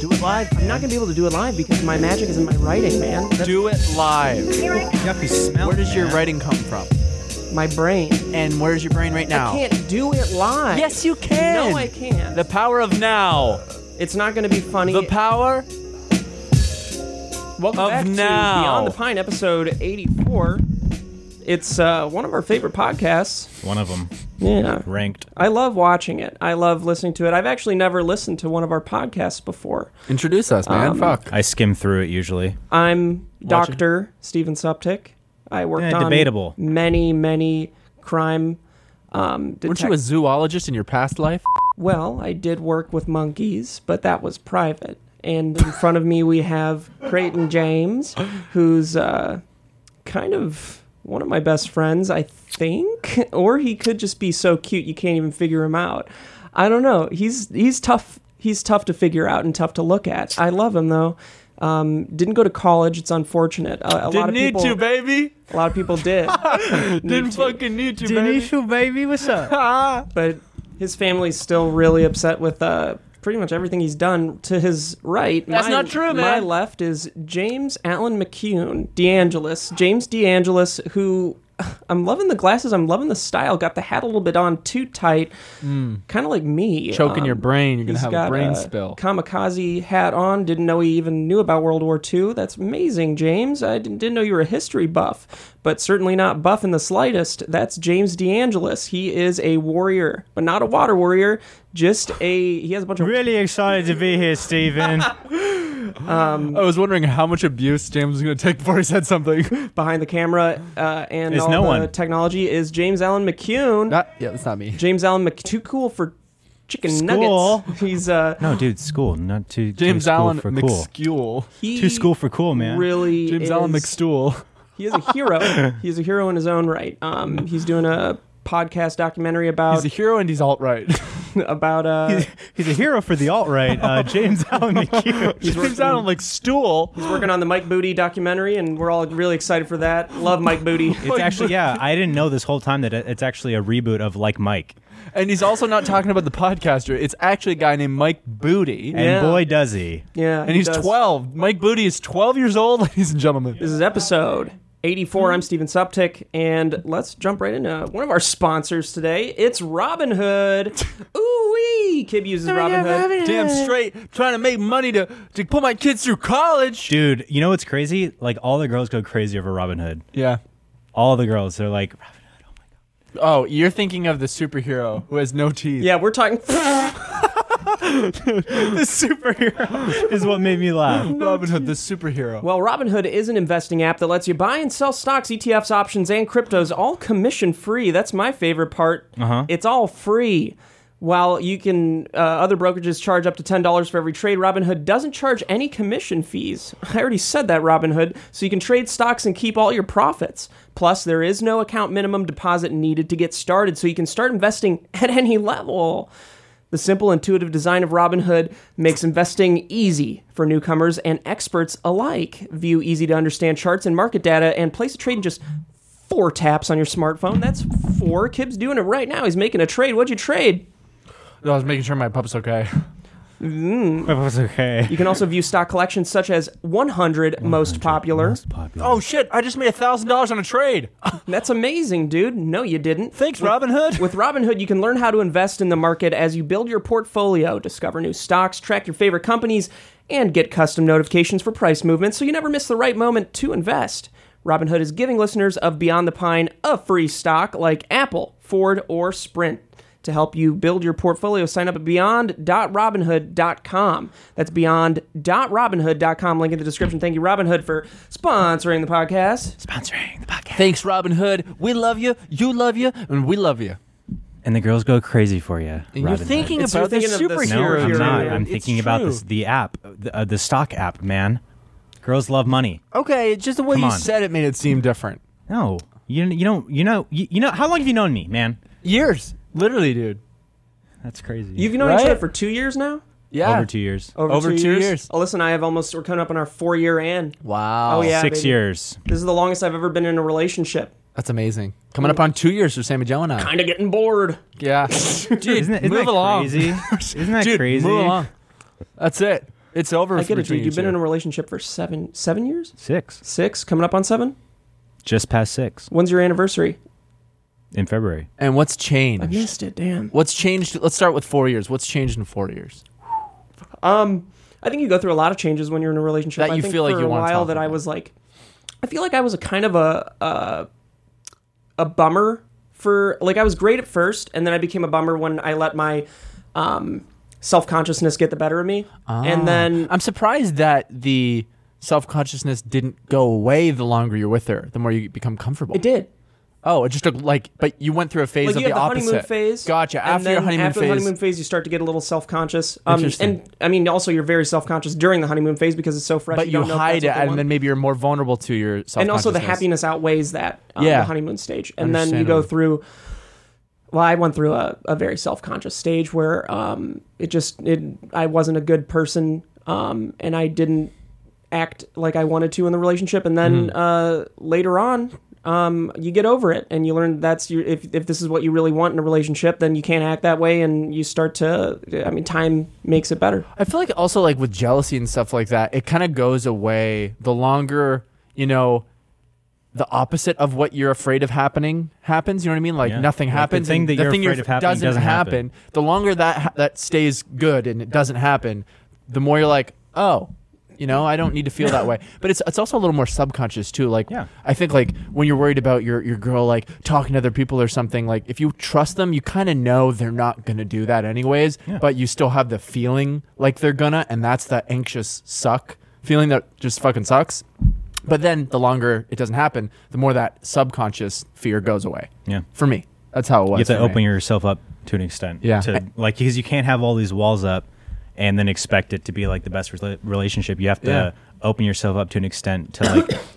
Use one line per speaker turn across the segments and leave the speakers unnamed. Do it live. I'm not gonna be able to do it live because my magic is in my writing, man. That's
Do it live.
Yucky smell.
Where does your
man.
writing come from?
my brain.
And where's your brain right now?
I can't do it live.
Yes, you can.
No, I can't.
The power of now.
It's not gonna be funny.
The power.
Welcome
of
back
now.
to Beyond the Pine, episode 84. It's uh, one of our favorite podcasts.
One of them
Yeah.
ranked.
I love watching it. I love listening to it. I've actually never listened to one of our podcasts before.
Introduce us, man.
Um,
Fuck.
I skim through it usually.
I'm Doctor Stephen Suptic. I worked
Eh,
on
debatable.
many, many crime. Um,
Weren't
detect-
you a zoologist in your past life?
well, I did work with monkeys, but that was private. And in front of me, we have Creighton James, who's uh, kind of one of my best friends, I think, or he could just be so cute you can't even figure him out. I don't know. He's he's tough. He's tough to figure out and tough to look at. I love him though. Um, didn't go to college. It's unfortunate. A, a lot
Didn't
of
need
people,
to, baby.
a lot of people did.
Didn't fucking need to, baby.
Denishu, baby, what's up?
but his family's still really upset with uh, pretty much everything he's done to his right.
That's
my,
not true, man.
My left is James Allen McCune, DeAngelis. James DeAngelis, who I'm loving the glasses, I'm loving the style, got the hat a little bit on too tight, kind of like me.
Hmm.
um,
Choking your brain. You're going
He's
to have
got
a brain
a
spill.
Kamikaze hat on. Didn't know he even knew about World War II. That's amazing, James. I didn't, didn't know you were a history buff, but certainly not buff in the slightest. That's James DeAngelis. He is a warrior, but not a water warrior. Just a he has a bunch of
Really excited to be here, Steven.
I was wondering how much abuse James was going to take before he said something.
behind the camera uh, and
Is
all
no
the
one.
technology is James Allen McCune.
Not, yeah, that's not me.
James Allen Mc too cool for chicken
School.
nuggets. He's uh
no, dude, school. Not too.
James
too school
Allen
for cool.
McSkule.
he
Too school for cool, man.
really
James Allen
is-
McStool.
he is a hero. he's a hero in his own right. Um, he's doing a podcast documentary about
He's a hero and he's alt right.
about uh,
He's, he's a hero for the alt right. Uh, James Allen McHugh.
James Allen like stool.
he's working on the Mike Booty documentary, and we're all really excited for that. Love Mike Booty.
It's actually yeah. I didn't know this whole time that it- it's actually a reboot of Like Mike.
And he's also not talking about the podcaster. It's actually a guy named Mike Booty.
And
Yeah.
boy does he.
Yeah,
And he's
does.
12. Mike Booty is 12 years old, ladies and gentlemen.
This is episode. 84. I'm Steven Suptic, and let's jump right into one of our sponsors today. It's Robin Hood. Ooh wee! Kib uses Robin Hood.
Damn straight, trying to make money to, to put my kids through college.
Dude, you know what's crazy? Like all the girls go crazy over Robin Hood.
Yeah.
All the girls, they're like,
Oh, you're thinking of the superhero who has no teeth.
Yeah, we're talking.
the superhero is what made me laugh.
Robin Hood, the superhero.
Well, Robinhood is an investing app that lets you buy and sell stocks, ETFs, options, and cryptos all commission free. That's my favorite part. Uh-huh. It's all free. While you can, uh, other brokerages charge up to ten dollars for every trade. Robinhood doesn't charge any commission fees. I already said that, Robinhood. So you can trade stocks and keep all your profits. Plus, there is no account minimum deposit needed to get started, so you can start investing at any level. The simple, intuitive design of Robinhood makes investing easy for newcomers and experts alike. View easy to understand charts and market data and place a trade in just four taps on your smartphone. That's four. Kib's doing it right now. He's making a trade. What'd you trade?
I was making sure my pup's okay.
It's okay.
You can also view stock collections such as 100 most popular.
Popular.
Oh shit! I just made a thousand dollars on a trade.
That's amazing, dude. No, you didn't.
Thanks, Robin Hood.
With Robinhood, you can learn how to invest in the market as you build your portfolio, discover new stocks, track your favorite companies, and get custom notifications for price movements so you never miss the right moment to invest. Robinhood is giving listeners of Beyond the Pine a free stock like Apple, Ford, or Sprint. To help you build your portfolio, sign up at beyond.robinhood.com. That's beyond.robinhood.com. Link in the description. Thank you, Robinhood, for sponsoring the podcast.
Sponsoring the podcast.
Thanks, Robin Hood. We love you. You love you, and we love you.
And the girls go crazy for you.
And you're thinking
It's-
about
you're
the
thinking of the
superhero.
No, I'm
Hero,
not.
hero.
I'm
It's
thinking about
true.
this the app, the, uh, the stock app, man. Girls love money.
Okay, it's just the way
Come
you
on.
said it made it seem different.
No, you you don't you know you, you know how long have you known me, man?
Years, literally, dude.
That's crazy.
You've known each
Right?
other for two years now?
Yeah.
over two years,
Over two years.
Oh, listen, I have almost. We're coming up on our four year end.
Wow.
Oh, yeah.
six
baby.
years.
This is the longest I've ever been in a relationship.
That's amazing. Coming up on two years for Sammy Joe and I.
Kind of getting bored.
Yeah. dude,
Isn't, it, isn't
move
that
along.
crazy? Isn't that
Dude,
crazy?
move along. That's it. It's over
I get it,
between
dude.
you
You've been
two.
in a relationship for seven seven years,
Six.
six, coming up on seven.
Just past six
When's your anniversary?
in February.
and what's
I
changed?
missed it. Damn.
What's changed? Let's start with four years. What's changed in four years?
Um, I think you go through a lot of changes when you're in a relationship.
That
I
you
think
feel like
for
you
a
wanna
while
talk
that I
about.
was like, I feel like I was a kind of a a, a bummer for like I was great at first, and then I became a bummer when I let my um, self consciousness get the better of me,
Ah.
and then
I'm surprised that the self consciousness didn't go away the longer you're with her, the more you become comfortable.
it did.
Oh, it just took like, but you went through a phase
Like
of
you have the,
opposite.
honeymoon phase.
Gotcha.
and
After your
then
honeymoon
after
phase,
the honeymoon phase, you start to get a little self conscious. Um,
Interesting.
and I mean, also you're very self conscious during the honeymoon phase because it's so fresh.
but you,
don't know if
hide it,
that's what they
and
want.
then maybe you're more vulnerable to your self.
and also the happiness outweighs that um,
Yeah.
the honeymoon stage and then you go
Understandable.
through well i went through a, a very self-conscious stage where um, it just it, i wasn't a good person um, and i didn't act like i wanted to in the relationship and then
Mm-hmm.
uh, later on um, you get over it and you learn that's your if, if this is what you really want in a relationship then you can't act that way and you start to i mean time makes it better
I feel like also like with jealousy and stuff like that, it kind of goes away the longer you know. The opposite of what you're afraid of happening happens. You know what I mean? Like
Yeah.
nothing
Like, the
happens.
thing
and
that you're afraid of happening
doesn't,
doesn't
happen.
happen.
The longer that ha- that stays good and it doesn't happen, the more you're like, oh, you know, I don't need to feel that way. But it's it's also a little more subconscious too. Like,
Yeah.
I think like when you're worried about your your girl like talking to other people or something, like if you trust them, you kind of know they're not gonna do that anyways.
Yeah.
But you still have the feeling like they're gonna, and that's that anxious suck feeling that just fucking sucks. But then the longer it doesn't happen, the more that subconscious fear goes away.
Yeah.
For me, that's how it was.
You have to
for me.
open yourself up to an extent.
Yeah.
To, like, because you can't have all these walls up and then expect it to be like the best rela- relationship. You have to
Yeah.
open yourself up to an extent to like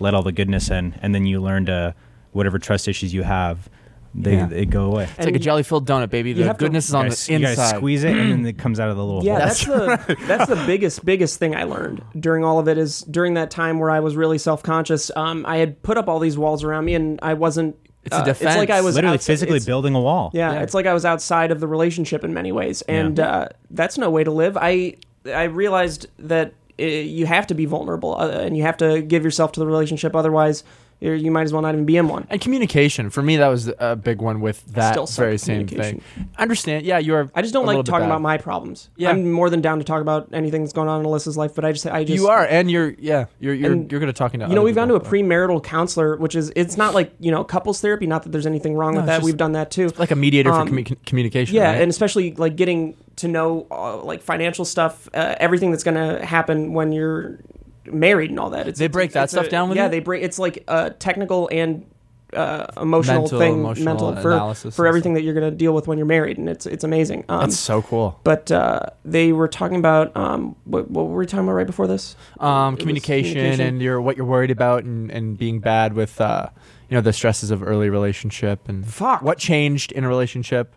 let all the goodness in, and then you learn to whatever trust issues you have, they,
Yeah.
they go away.
It's like a jelly filled donut, baby. The
have to-
goodness is on
You
the
guys- you guys
inside.
squeeze it, and then it comes out of the little
Yeah,
hole.
that's, the that's the biggest biggest thing I learned during all of it is during that time where I was really self conscious. Um, I had put up all these walls around me, and I wasn't.
It's a
uh, It's like
defense.
I was
literally
outs-
physically
it's-
building a wall.
Yeah,
Yeah.
it's like I was outside of the relationship in many ways, and uh, that's no way to live. I I realized that uh you have to be vulnerable uh, and you have to give yourself to the relationship. Otherwise, you're, you might as well not even be in one.
And communication for me, that was a big one with that
Still suck
very same thing.
communication.
Understand? Yeah, you're.
I just don't
a little
like
bit
talking
bad.
about my problems.
Yeah.
I'm more than down to talk about anything that's going on in Alyssa's life, but I just I just
You are, and you're. Yeah, you're. You're.
And,
you're gonna talking to.
you know
other
we've gone to
people.
a premarital counselor which is it's not like you know couples therapy not that there's anything wrong with
it's
that
just-
we've done that too
like a mediator
um,
for commu- communication.
yeah
right?
and especially like getting to know uh, like financial stuff uh, everything that's gonna happen when you're married and all that it's,
They break
it's-
that
it's
stuff
a-
down with
yeah
you?
they break it's like a technical and uh, emotional
Mental,
thing
emotional
mental for,
analysis and
for everything that you're gonna deal with when you're married and it's it's amazing um,
that's so cool.
but uh, they were talking about um, what, what were we talking about right before this
Um,
It was
communication, and your what you're worried about, and and being bad with, uh, you know, the stresses of early relationship and
Fuck.
What changed in a relationship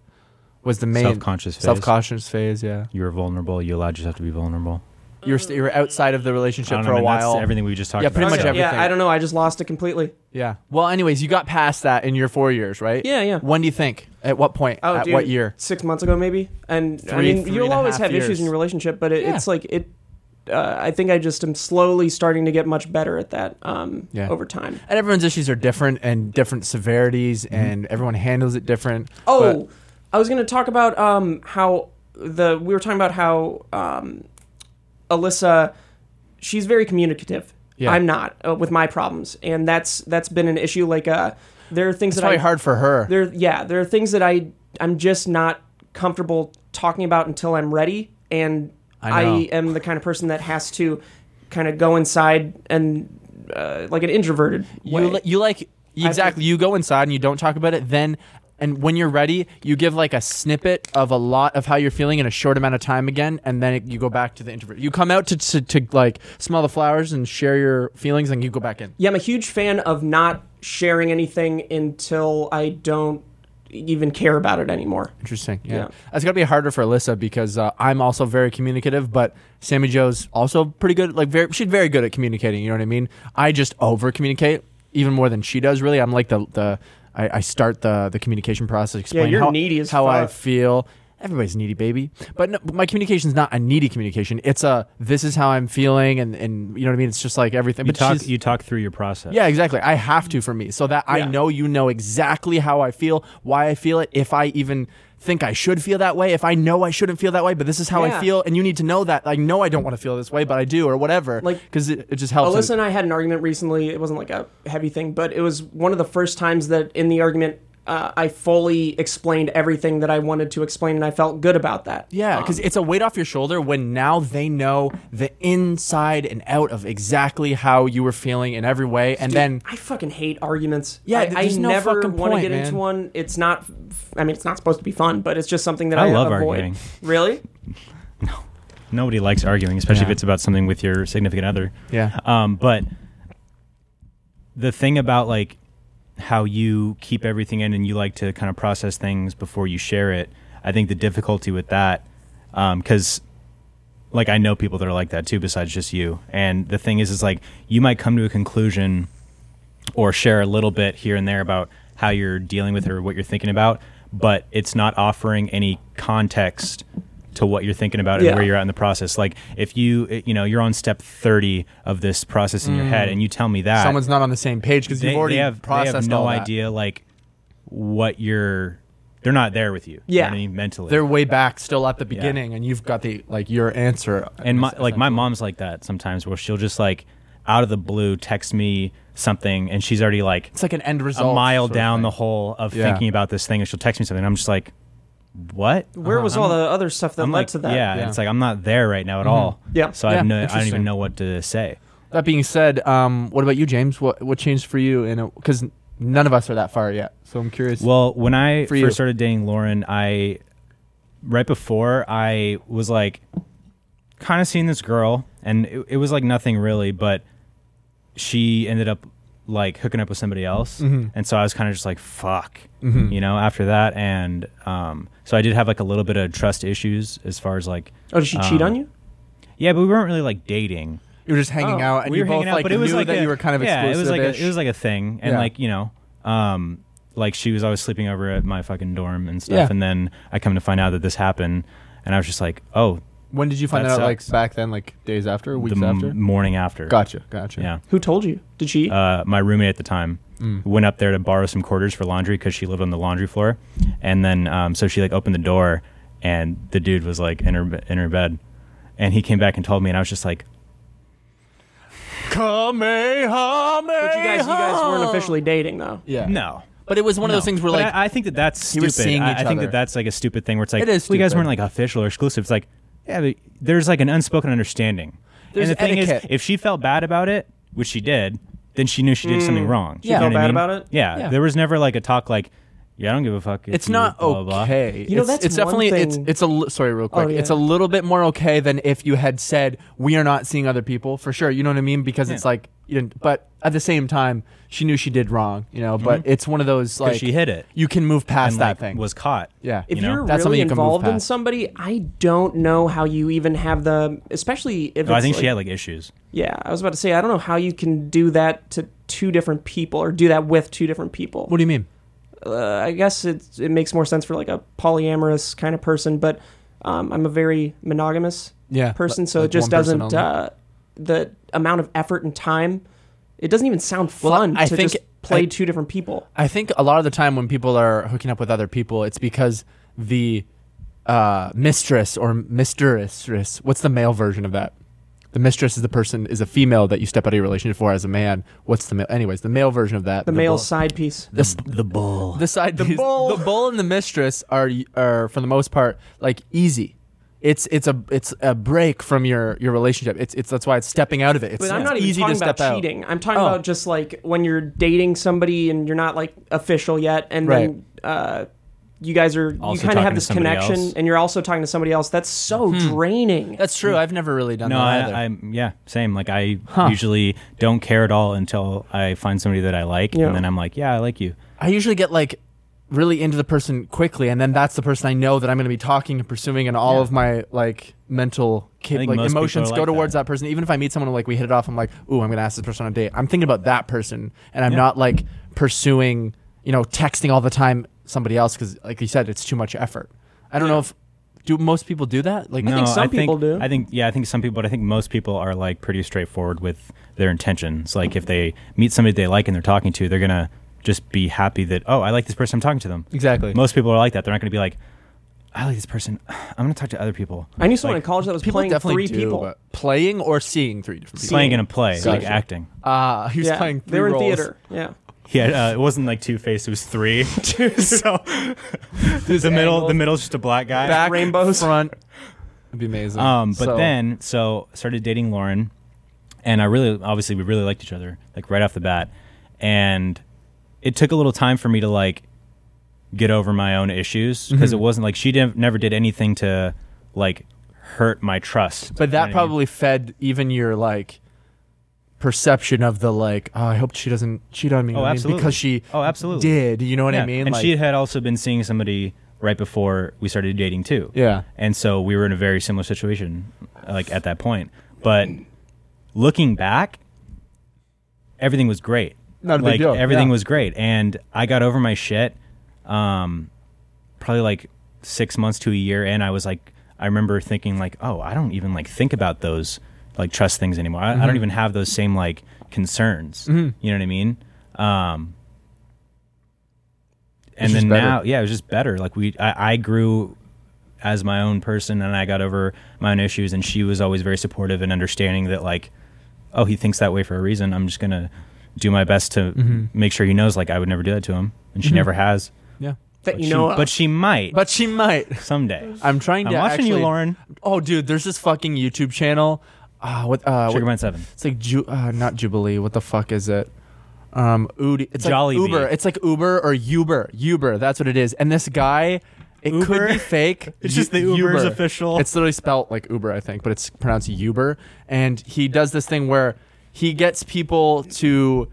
was the main
Self-conscious phase.
Self-conscious phase. Yeah,
You were vulnerable. You allowed yourself to be vulnerable.
you're st- you're outside of the
I
relationship
don't know,
for a
man, that's
while.
everything we just talked
Yeah,
about.
pretty much
so-
everything.
yeah i don't know i just lost it completely
Yeah. Well, anyways, you got past that in your four years, right?
Yeah, yeah.
When do you think? At what point?
Oh,
At
dude,
what year?
Six months ago, maybe. And I
Three-
mean,
three
you'll
and a
always
half
have issues
years.
in your relationship, but it,
Yeah.
it's like it. Uh, I think I just am slowly starting to get much better at that um,
Yeah.
over time.
And everyone's issues are different and different severities, and everyone handles it different.
Oh, I was going to talk about um, how the we were talking about how um, Alyssa, she's very communicative.
Yeah.
I'm not uh, with my problems, and that's that's been an issue. Like, uh, there are
it's
things that
probably
I
hard for her.
there yeah there are things that i i'm just not comfortable talking about until i'm ready and
I
i,
know.
am the kind of person that has to kind of go inside and uh, like an introverted way.
You, li- you like exactly. You go inside and you don't talk about it. Then, and when you're ready, you give like a snippet of a lot of how you're feeling in a short amount of time again, and then it, you go back to the introvert. You come out to, to to like smell the flowers and share your feelings, and you go back in.
yeah i'm a huge fan of not sharing anything until i don't even care about it anymore
Interesting. Yeah.
Yeah.
That's got to be harder for Alyssa because uh, I'm also very communicative, but Sammy Joe's also pretty good. Like, very, she's very good at communicating. You know what I mean? I just over communicate even more than she does, really. I'm like the, the I, I start the, the communication process, explain
you're
how,
needy as
how I
fuck.
feel. everybody's needy, baby. But no, but my communication's not a needy communication. It's a this is how I'm feeling, and and you know what I mean. It's just like everything.
You
but
talk
she's-
you talk through your process.
yeah, exactly. I have to for me so that I
Yeah.
know you know exactly how I feel, why I feel it, if I even think I should feel that way, if I know I shouldn't feel that way, but this is how
Yeah.
I feel, and you need to know that. I know I don't want to feel this way, but I do, or whatever.
Like,
because it, it just helps.
Alyssa and I had an argument recently. It wasn't like a heavy thing, but it was one of the first times that in the argument uh, I fully explained everything that I wanted to explain, and I felt good about that.
Yeah, because it's a weight off your shoulder when now they know the inside and out of exactly how you were feeling in every way, and then
I fucking hate arguments.
Yeah,
I,
th-
I
there's no
never
fucking
want to
point,
get
man.
into one. It's not. I mean, it's not supposed to be fun, but it's just something that I,
I love
avoid.
arguing. Uh-huh,
Really?
Nobody likes arguing, especially if
Yeah.
it's about something with your significant other.
yeah,
Um, but the thing about like how you keep everything in and you like to kind of process things before you share it, I think the difficulty with that, because like I know people that are like that too, besides just you. And the thing is, is like you might come to a conclusion or share a little bit here and there about how you're dealing with it or what you're thinking about, but it's not offering any context to what you're thinking about
Yeah.
and where you're at in the process. Like if you, eh, you know, you're on step 30 of this process in your head and you tell me that
Mm. someone's not on the same page because
they,
you've already
they have, they
processed
have no
all that.
idea like what you're, they're not there with you. you know
Yeah.
what I mean? mentally.
They're way back, still at the beginning, and you've got the like your answer.
and my like my mom's like that sometimes where she'll just like out of the blue text me something and she's already like
it's like an end
a
result,
mile
sort of
down
thing.
the hole of
Yeah.
thinking about this thing and she'll text me something and I'm just like what
Where was all the other stuff that
I'm
led
like
to that?
yeah,
Yeah. Mm-hmm.
it's like I'm not there right now at all
Yeah.
so I have
Yeah,
no I don't even
interesting.
know what to say
That being said, um, what about you, James? What what changed for you? And because none of us are that far yet, so I'm curious.
well when I
For
first
you.
started dating Lauren I right before I was like kind of seeing this girl and it, it was like nothing really but she ended up like hooking up with somebody else
Mm-hmm.
and so i was kind of just like fuck you know after that and um, so i did have like a little bit of trust issues as far as like
Oh, did she cheat
um,
on you?
yeah but we weren't really like dating
you were just hanging
oh,
out, and
we
you
were
both
hanging out
like
but it was
knew
like
that
a-
you were kind of
yeah it was like a,
exclusive-ish.
it was like a thing and
Yeah.
like you know um, like she was always sleeping over at my fucking dorm and stuff
Yeah.
and then i come to find out that this happened and i was just like oh
When did you find
That
that out?
sucks.
Like back then, like days after,
the
weeks
m-
after.
morning after
Gotcha, gotcha.
yeah
Who told you? Did she?
uh, my roommate at the time
Mm.
went up there to borrow some quarters for laundry because she lived on the laundry floor, and then um, so she like opened the door, and the dude was like in her in her bed, and he came back and told me, and I was just like,
Kamehame.
but you guys, you guys weren't officially dating though.
Yeah.
no.
But it was one of those
No.
things where
But
like
I, I think that that's
You
stupid.
were seeing
I,
each
I think
other.
that that's like a stupid thing where it's like
It is
we guys
stupid.
weren't like official or exclusive. It's like yeah, but there's like an unspoken understanding.
There's
and the thing
etiquette.
is, if she felt bad about it, which she did, then she knew she did something wrong.
She felt
what I
bad
mean?
about it?
Yeah,
Mm. Yeah.
there was never like a talk like, yeah, I don't give a fuck. if
it's
you
not
blah, blah, blah."
okay.
You know,
it's,
that's
it's
one
definitely it's
thing-
it's a li- sorry real quick.
Oh, yeah.
It's a little bit more okay than if you had said we are not seeing other people for sure. You know what I mean? Because it's
Yeah.
like you didn't. But at the same time, she knew she did wrong. You know, but
Mm-hmm.
it's one of those like
she hid it.
You can move past
and,
that
like,
thing.
was caught.
yeah.
If
You know?
are
That's something
really
you can move
involved in
past.
somebody, I don't know how you even have the, especially if
No, Oh, I
it's
think
like,
she had like issues.
Yeah, I was about to say I don't know how you can do that to two different people or do that with two different people.
what do you mean?
uh, I guess it it makes more sense for like a polyamorous kind of person, but um, I'm a very monogamous
Yeah,
person,
li-
so
like
it just
one person only.
doesn't uh, the amount of effort and time. It doesn't even sound
Well,
fun
I
to
think-
just play
I-
two different people.
I think a lot of the time when people are hooking up with other people, it's because the uh, mistress or mistress. What's the male version of that? The mistress is the person is a female that you step out of your relationship for as a man. What's the male? Anyways, the male version of that.
The, male
bull-
side piece.
The, s-
The bull.
the side. The
bull.
The bull and the mistress are are for the most part like easy. It's it's a it's a break from your your relationship. It's it's that's why it's stepping out of it. It's,
But I'm
it's
not even
easy
talking
to step
about
out.
cheating. I'm talking
Oh.
about just like when you're dating somebody and you're not like official yet, and then uh, you guys are you
Also
kind of
talking
have
to
this
somebody
connection,
else.
and you're also talking to somebody else. That's so draining.
Hmm. That's true. I've never really done
No,
that either.
I, I'm yeah, same. Like I usually don't care at all until I find somebody that I like,
Yeah.
and then I'm like, yeah, I like you.
I usually get like really into the person quickly, and then that's the person I know that I'm going to be talking and pursuing, and all of my like mental
I
cap-
think
like
most people
emotions
are
go
like
towards
that.
that. person. Even if I meet someone and, like we hit it off, I'm like, ooh, I'm going to ask this person on a date. I'm thinking about that person, and I'm not like pursuing, you know, texting all the time somebody else because, like you said, it's too much effort. I don't know if Do most people do that? Like,
no,
think some
I think,
people do.
I think yeah, I think some people, but I think most people are like pretty straightforward with their intentions. Like if they meet somebody they like and they're talking to, they're gonna just be happy that oh, I like this person, I'm talking to them.
exactly.
Most people are like that. They're not gonna be like, I like this person, I'm gonna talk to other people.
I knew someone
Like,
in college that was
people
playing
definitely
three
do,
people.
but- playing or seeing three different people.
Playing in a play, like
Gotcha.
acting.
Ah, he was
yeah,
playing. Three
they were in
roles.
theater. Yeah,
Yeah, uh, it wasn't like two faced. It was three. so the middle, the middle's just a black guy.
Back
Rainbows.
front. It'd be amazing.
Um, but
So-
then so started dating Lauren, and I really obviously we really liked each other like right off the bat, and it took a little time for me to like get over my own issues because
Mm-hmm.
it wasn't like she didn't never did anything to like hurt my trust.
But
You know what I
that
mean?
probably fed even your like perception of the like. Oh, I hope she doesn't cheat on me.
Oh,
I mean,
absolutely.
Because she
Oh, absolutely.
did. You know what
Yeah,
I mean?
And
like,
she had also been seeing somebody right before we started dating too.
Yeah.
And so we were in a very similar situation, like at that point. But looking back, everything was great.
Not a big
like,
deal,
Everything
yeah.
was great, and I got over my shit. Um, probably like six months to a year, and I was like, I remember thinking like, oh, I don't even like think about those like trust things anymore. I,
Mm-hmm.
I don't even have those same like concerns. You know what I mean? Um, and
just
then
better.
now, yeah, it was just better. Like we, I, I grew as my own person and I got over my own issues and she was always very supportive and understanding that like oh he thinks that way for a reason I'm just going to do my best to make sure he knows like I would never do that to him and she never has
Yeah.
that
but
you
she,
know. of.
but she might
uh, But she might.
someday
I'm trying
I'm
to.
watching you
actually-
Lauren
Oh, dude, there's this fucking YouTube channel. Uh, what? Uh,
Sugar
what-
Mine 7
It's like Ju- uh, not Jubilee. What the fuck is it? Um, Udi. It's
Jollibee.
like Uber. It's like Uber or Uber. Uber. That's what it is. And this guy, it could
Uber?
be fake.
It's
Yu-
just the Uber's official.
It's literally spelt like Uber, I think, but it's pronounced Uber. And he does this thing where he gets people to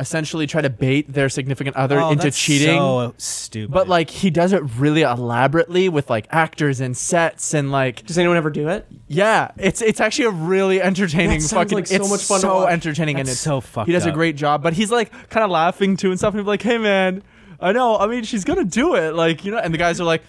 essentially try to bait their significant other
Oh,
into
that's
cheating.
so stupid
but like he does it really elaborately with like actors and sets and like
Does anyone ever do it?
yeah, it's it's actually a really entertaining
That sounds
fucking.
like so
it's
much fun to
So
watch.
entertaining and
That's
it's
so fucked
He does a
up.
great job, but he's like kind of laughing too and stuff. And he's like, "Hey man, I know. I mean, she's gonna do it, like you know." And the guys are like,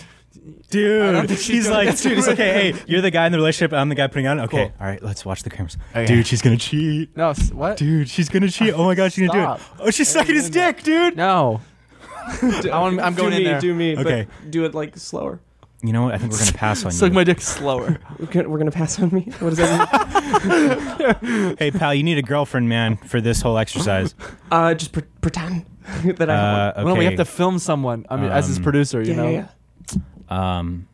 I don't
dude
think she's
she's
gonna-
like dude it's okay hey you're the guy in the relationship I'm the guy putting on okay
Cool.
all right let's watch the cameras
Okay.
dude she's going to cheat
"No, s- what?
Dude, she's gonna cheat. Oh my god, she's gonna do
Stop.
it. Oh, she's sucking his dick, dude.
No, I want, I'm going
do
in
me,
there.
Do me.
Okay.
But do it like slower.
You know what? I think we're gonna pass on
Suck
you.
my dick slower.
We're gonna, we're gonna pass on me. What does that mean?
hey, pal, you need a girlfriend, man, for this whole exercise.
uh, just pre- pretend that I have one.
Uh, okay.
Well, we have to film someone. I mean, as his
Um,
producer, you
Yeah,
know.
yeah, yeah.
um,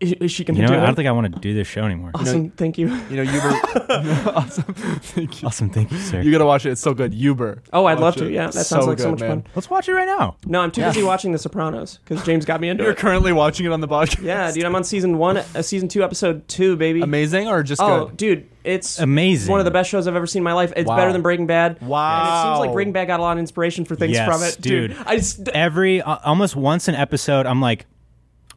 Is, is she gonna
you know,
do
what? I
it?
don't think I want to do this show anymore.
Oh.
awesome. Thank you.
You know, Uber. awesome. Thank you.
awesome, thank you, sir.
You gotta watch it. It's so good. Uber.
Oh, I'd
Watch
love to.
it.
Yeah, that
It's
sounds like so
good,
much
man.
fun.
Let's watch it right now.
No, I'm too
Yeah.
busy watching The Sopranos because James got me into
You're
it.
currently watching it on the podcast.
Yeah, dude, I'm on season one, uh, season two, episode two, baby.
Amazing or just
Oh,
good?
dude, it's
Amazing.
one of the best shows I've ever seen in my life. It's
Wow.
better than Breaking Bad. And it
Wow.
seems like Breaking Bad got a lot of inspiration for things
Yes,
from it,
dude.
I just,
Every uh, almost once an episode, I'm like,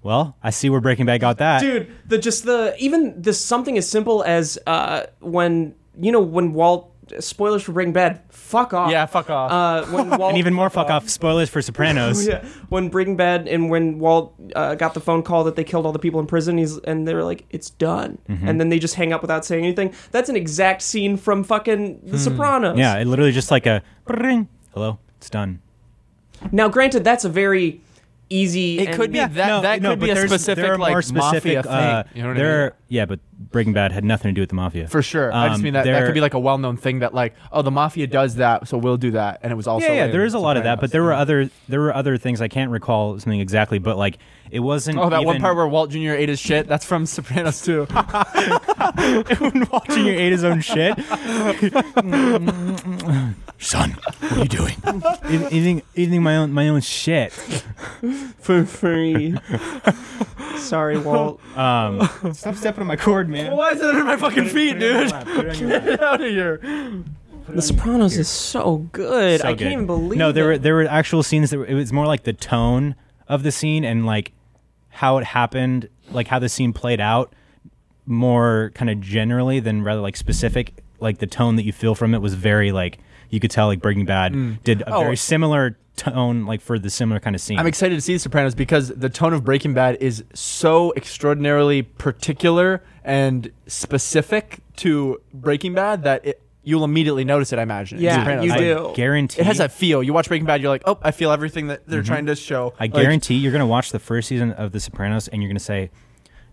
well, I see where Breaking Bad got that.
dude the just the even the something as simple as uh when you know when walt spoilers for breaking bad fuck off
Yeah, fuck off.
uh when walt
and even more fuck off spoilers for Sopranos.
yeah, when Breaking Bad and when Walt uh, got the phone call that they killed all the people in prison, he's and they were like, "It's done," and then they just hang up without saying anything. That's an exact scene from fucking The Sopranos.
Yeah, it literally just like a ring. Hello, it's done.
Now, granted, that's a very easy.
It
and-
could be
Yeah,
that.
no,
that
no,
could
but
be a
there's-
specific
there are
like
more specific,
mafia
uh,
thing. You know what
there
I mean?
are- yeah, but Breaking Bad had nothing to do with the mafia.
For sure. I just
Um,
mean that that
there-
could be like a well-known thing that like, oh, the mafia does that, so we'll do that, and it was also
yeah, yeah.
in
There is a lot of that,
Sopranos.
but there were other there were other things I can't recall something exactly, but like it wasn't.
Oh, that one
even-
part where Walt Jr. ate his shit. That's from Sopranos too.
watching you ate his own shit. Son, what are you doing? eating eating my own my own shit.
for free. Sorry, Walt.
Um, Stop stepping on my cord, man.
Why is it under my fucking feet, dude? Get out of here.
The Sopranos is so good. I can't even believe.
No, there
it.
were there were actual scenes that were, it was more like the tone of the scene and like how it happened, like how the scene played out, more kind of generally than rather like specific. Like the tone that you feel from it was very like you could tell like Breaking Bad did a
Oh.
very similar tone, like for the similar kind of scene.
I'm excited to see The Sopranos because the tone of Breaking Bad is so extraordinarily particular and specific to Breaking Bad that it, you'll immediately notice it. I imagine. in
Yeah,
Sopranos.
you
I
Like,
do.
guarantee
It has that feel. You watch Breaking Bad, you're like, oh, I feel everything that they're trying to show.
Mm-hmm. I
Like,
guarantee you're going to watch the first season of The Sopranos and you're going to say,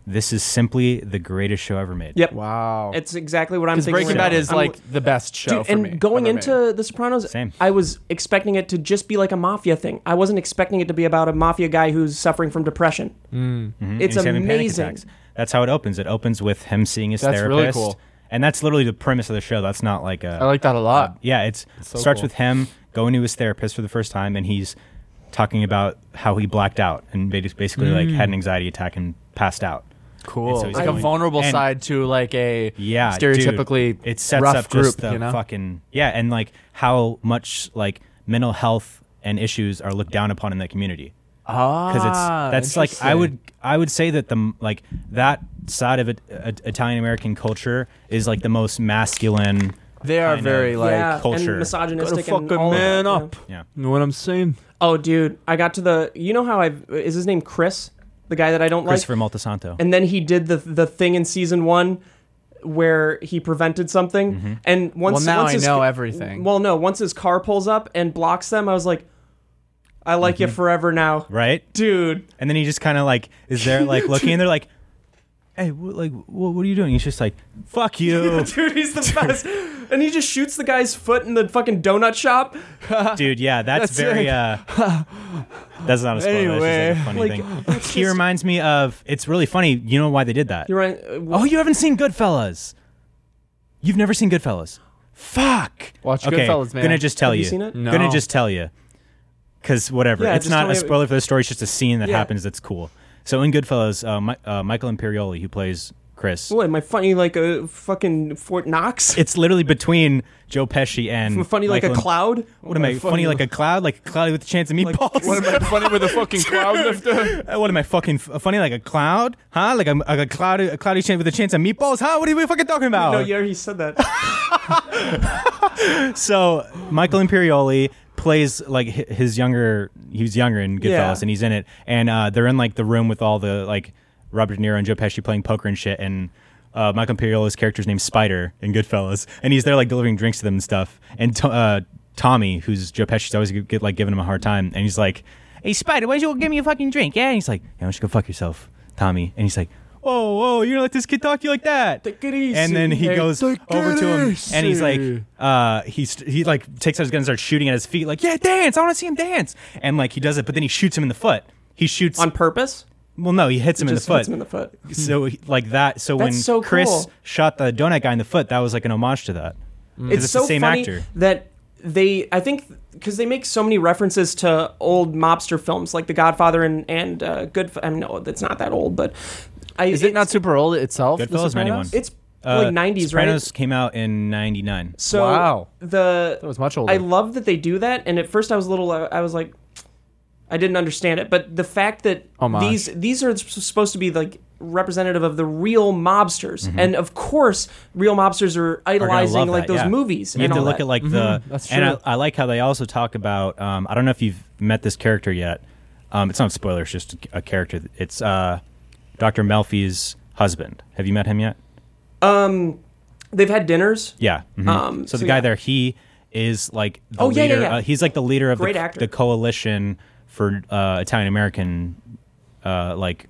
"This is simply the greatest show ever made."
Yep.
wow.
It's exactly what I'm
Because
thinking.
Breaking
right
Bad
now.
is
I'm-
like the best show
Dude,
for
and
me.
going
ever made.
into The Sopranos,
Same.
I was expecting it to just be like a mafia thing. I wasn't expecting it to be about a mafia guy who's suffering from depression.
Mm.
It's
Mm-hmm. and he's having panic
amazing.
attacks. That's how it opens. It opens with him seeing his
That's really
therapist.
cool.
And that's literally the premise of the show. That's not like a um,
I like that a lot.
yeah, it's
so
starts
cool.
with him going to his therapist for the first time, and he's talking about how he blacked out and ba- basically like had an
Mm.
anxiety attack and passed out.
Cool.
so he's
like a
going-
vulnerable
and-
side to like a
Yeah, dude,
stereotypically
it sets
rough
up
group.
just the
you know?
fucking yeah, and like how much like mental health and issues are looked down upon in the community. because it's
Ah,
that's like I
interesting.
would I would say that the like that side of it, uh, Italian American culture is like the most masculine.
They are
kind of-
very like
yeah,
culture.
and misogynistic.
Gotta fucking
and all of
man
that, yeah.
up.
Yeah,
Know what I'm saying?
Oh, dude, I got to the. You know how I is his name Chris, the guy that I don't like.
Christopher Moltisanto.
and then he did the the thing in season one where he prevented something. And once
Well, now
once
I
his,
know everything.
Well, no, once his car pulls up and blocks them, I was like, I like you forever now,
right,
dude.
and then he just kind of like is there like looking, and they're like, "Hey, what, like, what, what are you doing?" He's just like, "Fuck you,
Dude, he's the best. And he just shoots the guy's foot in the fucking donut shop.
dude." Yeah, that's,
That's
very.
it.
uh That's not a spoiler. that's just like a funny
Anyway,
thing.
like,
he reminds me of. It's really funny. You know why they did that?
You're right. uh, wh-
Oh, you haven't seen Goodfellas. You've never seen Goodfellas. Fuck.
Watch
okay,
Goodfellas, man.
Gonna just tell
Have
you.
you seen it?
No.
Gonna just tell you. Cause whatever.
Yeah,
it's
just
not
tell
a
me-
spoiler for the story. It's just a scene that
Yeah.
happens that's cool. So in Goodfellas, uh, Mi- uh, Michael Imperioli, who plays Chris,
What am I funny like a fucking Fort Knox?
it's literally between Joe Pesci and
I'm funny like
Michael
a cloud.
What am I? Funny, like a cloud, like a cloud with a chance of meatballs.
What am I funny with a fucking cloud lifter?
Uh, what am I fucking f- funny like a cloud? Huh? Like a, like a cloud, a cloudy chance with a chance of meatballs? Huh? What are we fucking talking about?
No, yeah, he said that.
So Michael Imperioli plays like hi- his younger. He was younger in Goodfellas,
Yeah.
and he's in it. And uh, they're in like the room with all the like Robert De Niro and Joe Pesci playing poker and shit. And uh, Michael Imperioli's character's named Spider in Goodfellas, and he's there like delivering drinks to them and stuff. And to- uh, Tommy, who's Joe Pesci's always g- get like giving him a hard time, and he's like, "Hey Spider, why don't you give me a fucking drink?" Yeah, and he's like, "Yeah, why don't you go fuck yourself, Tommy?" And he's like. Whoa, whoa! You don't let this kid talk to you like that.
Take it easy.
And then he
Hey,
goes
take
over
it
to him, and he's like,
easy.
uh, he's he like takes out his gun and starts shooting at his feet, like, yeah, dance, I want to see him dance, and like he does it, but then he shoots him in the foot. He shoots.
On purpose?
well, no, he hits him in the
just
foot.
hits him in the foot.
so he- like that. So when
so
Chris
cool. Mm.
shot the donut guy in the foot, that was like an homage to that. 'Cause
it's, so
the same
funny
actor.
that they i think because they make so many references to old mobster films like the godfather and and uh, good i mean no it's not that old but i
Is it not
it's-
super old itself? The
Goodfellas,
Sopranos?
91.
it's
Uh,
like 90s
Sopranos
right
came out in '99.
so
Wow.
the
That was much older.
i love that they do that and at first i was a little uh, i was like i didn't understand it but the fact that
Homage.
these these are s- supposed to be like representative of the real mobsters and of course real mobsters are
Mm-hmm. are gonna
idolizing
love
like
that,
those
yeah.
movies
You
and
have to
all
look
that. Mm-hmm.
at like the.
that's
and
true.
I, I like how they also talk about. Um, I don't know if you've met this character yet. Um, it's not a spoiler. It's just a character. It's uh, Doctor Melfi's husband. Have you met him yet?
they've had dinners
Yeah. mhm.
Um,
so,
so
the guy
yeah.
there, he is like the
Oh, yeah, yeah,
leader.
yeah.
Uh, he's like the leader of
Great
the,
actor.
the coalition for uh, Italian American, uh, like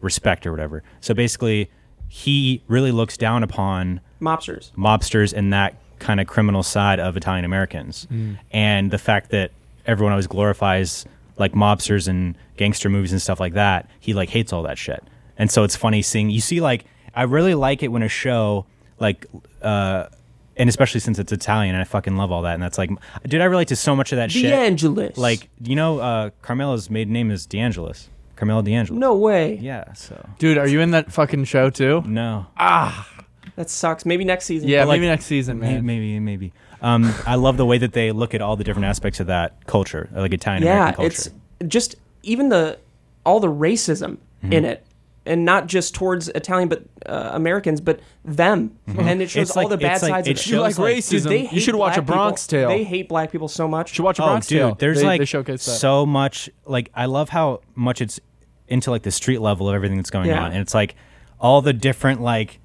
respect or whatever. So basically, he really looks down upon
mobsters
mobsters and that kind of criminal side of Italian Americans. And the fact that everyone always glorifies like mobsters and gangster movies and stuff like that, he like hates all that shit. And so it's funny seeing you see like I really like it when a show like uh and especially since it's Italian and I fucking love all that and that's like dude I relate to so much of that
De
shit.
Angelis.
Like you know uh Carmela's maiden name is DeAngelis. Carmela DeAngelis.
no way.
Yeah, so
Dude, are you in that fucking show too?
no.
That sucks. Maybe next season.
Yeah,
Mm. But, like,
maybe next season,
May-
man.
Maybe, maybe. Um, I love the way that they look at all the different aspects of that culture, uh, like Italian
Yeah,
American culture.
Mm-hmm.
it's just even the all the racism in it and not just towards Italian but uh, Americans, but them.
Mm-hmm.
And it shows
It's
all
like-
the bad
it's like-
sides
it
of it.
shows You like like-
Dude, they
racism. You
hate
should watch
black
A Bronx
people.
Tale.
They hate black people so much.
Should watch a
Oh,
Bronx
dude,
Tale.
there's
They-
like
they showcase that.
so much. Like I love how much it's into like the street level of everything that's going
Yeah.
on, and it's like all the different like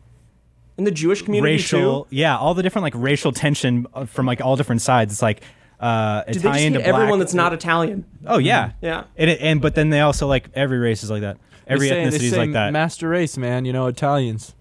in the Jewish community
racial,
too.
yeah, all the different like racial tension uh, from like all different sides. It's like uh,
Dude, they just
Italian
hate
to black.
everyone that's not Italian.
oh yeah,
Yeah.
And, it- and but then they also like every race is like that. Every
They say- they
ethnicity is
say
like that.
Master race, man. You know Italians.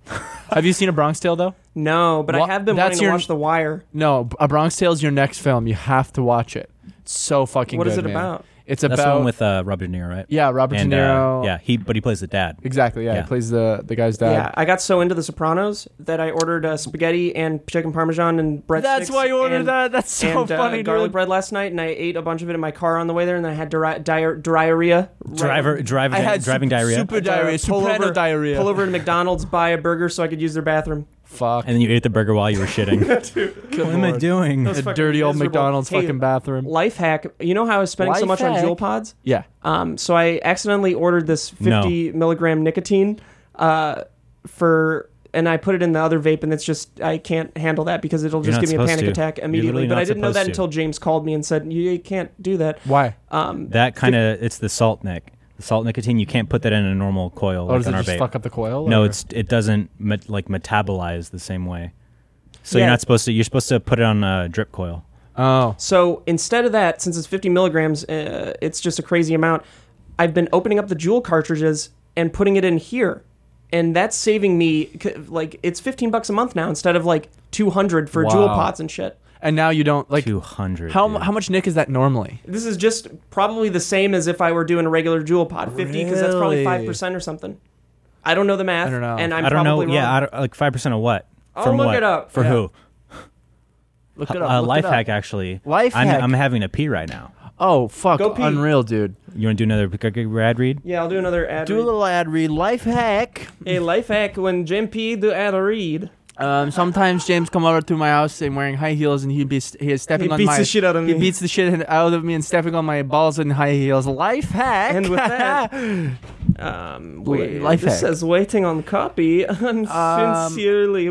Have you seen a Bronx Tale though?
No, but
Wha-
I have been
that's
wanting to
your-
watch The Wire.
No, A Bronx Tale is your next film. You have to watch it. It's so fucking.
What
good,
is it
man.
about?
It's
that's the
about
one with uh, Robert De Niro, right?
yeah Robert
And,
De
uh,
Niro.
yeah, he but he plays the dad.
exactly. Yeah,
Yeah.
he plays the the guy's dad.
yeah, I got so into The Sopranos that I ordered uh, spaghetti and chicken parmesan and breadsticks.
That's why you ordered
and-
that. That's so
and, uh,
funny,
garlic
dude.
bread last night, and I ate a bunch of it in my car on the way there, and I had diar- diar- diarrhea. right-
Driver, driver,
I had
driving
sup-
diarrhea,
super
uh,
diarrhea, soprano diarrhea.
Pull over to McDonald's, buy a burger so I could use their bathroom.
Fuck.
and then you ate the burger while you were shitting. what am I doing?
That's
The
fucking
dirty old
miserable.
McDonald's
Hey,
fucking bathroom.
Life hack. You know how I was spending so
Life
much on
hack.
Jewel Pods?
yeah.
Um, so I accidentally ordered this 50 milligram nicotine uh, for, and I put it in the other vape, and it's just I can't handle that because it'll just
not
give me a
supposed
panic
to.
attack
You're
immediately.
literally
But
not
I didn't know
supposed
that
to.
until James called me and said you can't do that.
Why?
Oh,
Um,
That kind of it's the salt nick, the salt nicotine. You can't put that in a normal
Oh,
coil. like
does
on
it
our
just
vape.
fuck up the coil?
No,
or-
it's it doesn't met, like metabolize the same way. So
Yeah.
you're not supposed to. You're supposed to put it on a drip coil.
oh.
So instead of that, since it's 50 milligrams, uh, it's just a crazy amount. I've been opening up the jewel cartridges and putting it in here, and that's saving me c- like it's 15 bucks a month now instead of like 200 for jewel
Wow.
pots and shit.
And now you don't like
Two hundred.
how how much nick is that normally?
This is just probably the same as if I were doing a regular jewel pod, 50 because that's probably
Really?
five percent or something. I don't know the math.
I don't know.
And I'm
I don't know.
probably
Yeah,
wrong.
I don't, like five percent of what?
I'll
From
look
what?
it up.
For
Yeah.
who?
Look
A
it up. look it
uh, life
up.
hack actually.
Life
I'm,
hack.
I'm having a pee right now.
Oh fuck!
Go pee.
Unreal, dude.
You want to do another g- g- rad read?
yeah, I'll do another ad.
Do a
read.
little ad read. Life hack.
Hey, life hack when Jim P do ad read.
Um, sometimes James come over to my house and wearing high heels, and he'd be st- he is stepping
He
on
beats
my
the shit out of
he
me.
beats the shit out of me and stepping on my balls in high heels. Life hack.
And with that, um, wait,
life
this
hack.
says waiting on copy. I'm
Um,
sincerely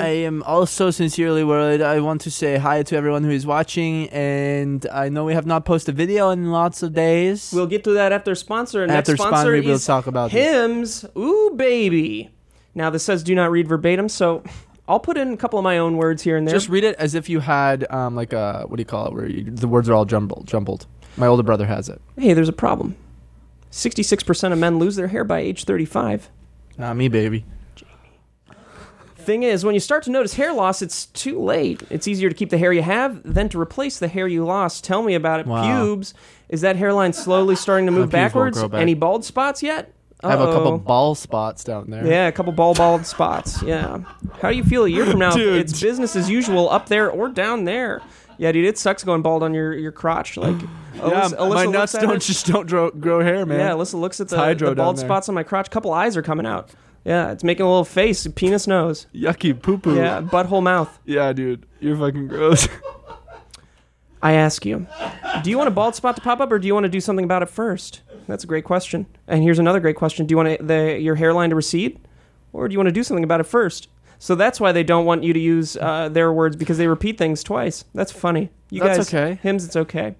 I am also sincerely worried. I want to say hi to everyone who is watching, and I know we have not posted video in lots of days.
we'll get to that after sponsor. Next
After
sponsor,
sponsor, we will
is
talk about this.
hymns. Ooh, baby. Now this says do not read verbatim, so I'll put in a couple of my own words here and there.
Just read it as if you had um, like a what do you call it? Where you, the words are all jumbled. Jumbled. My older brother has it.
hey, there's a problem. Sixty-six percent of men lose their hair by age thirty-five.
Not me, baby.
Thing is, when you start to notice hair loss, it's too late. It's easier to keep the hair you have than to replace the hair you lost. Tell me about it.
Wow.
Pubes. Is that hairline slowly starting to move
pubes won't
backwards?
grow back.
Any bald spots yet?
I have a couple
Uh-oh.
ball spots down there.
Yeah, a couple ball bald spots. Yeah. How do you feel a year from now? if
Dude.
It's business as usual up there or down there. Yeah, dude, it sucks going bald on your, your crotch. Like, Alyssa, Alyssa
my
looks
nuts
at
don't
it-
just don't grow, grow hair, man.
Yeah, Alyssa looks at the,
hydro
the
down
bald
there.
spots on my crotch. A couple eyes are coming out. Yeah, it's making a little face, penis nose.
Yucky poo poo.
Yeah, butthole mouth.
yeah, dude, you're fucking gross.
I ask you, do you want a bald spot to pop up, or do you want to do something about it first? That's a great question. And here's another great question: Do you want the, your hairline to recede, or do you want to do something about it first? So that's why they don't want you to use uh, their words because they repeat things twice. That's funny. You
That's
guys,
okay.
Hymns, it's okay.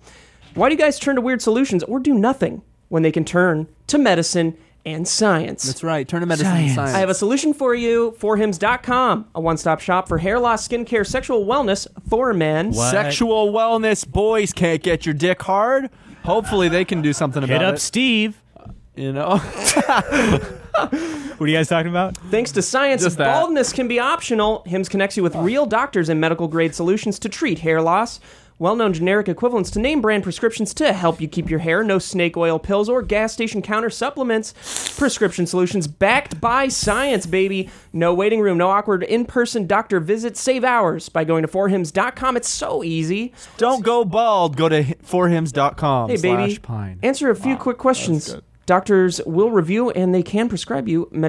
Why do you guys turn to weird solutions or do nothing when they can turn to medicine and science?
That's right. Turn to medicine science. science.
I have a solution for you. Forhims.com, a one-stop shop for hair loss, skincare, sexual wellness, for men.
What?
sexual wellness. Boys can't get your dick hard. Hopefully, they can do something
Hit
about
up
it.
Steve.
You know,
What are you guys talking about?
Thanks to science,
Just that.
baldness can be optional. Hims connects you with real doctors and medical grade solutions to treat hair loss. Well known generic equivalents to name brand prescriptions to help you keep your hair. No snake oil pills or gas station counter supplements. Prescription solutions backed by science, baby. No waiting room, no awkward in person doctor visits. Save hours by going to forhims.com. It's so easy.
don't go bald. Go to forhims.com
Hey, baby.
slash pine.
Answer a few quick questions. Doctors will review and they can prescribe you medication.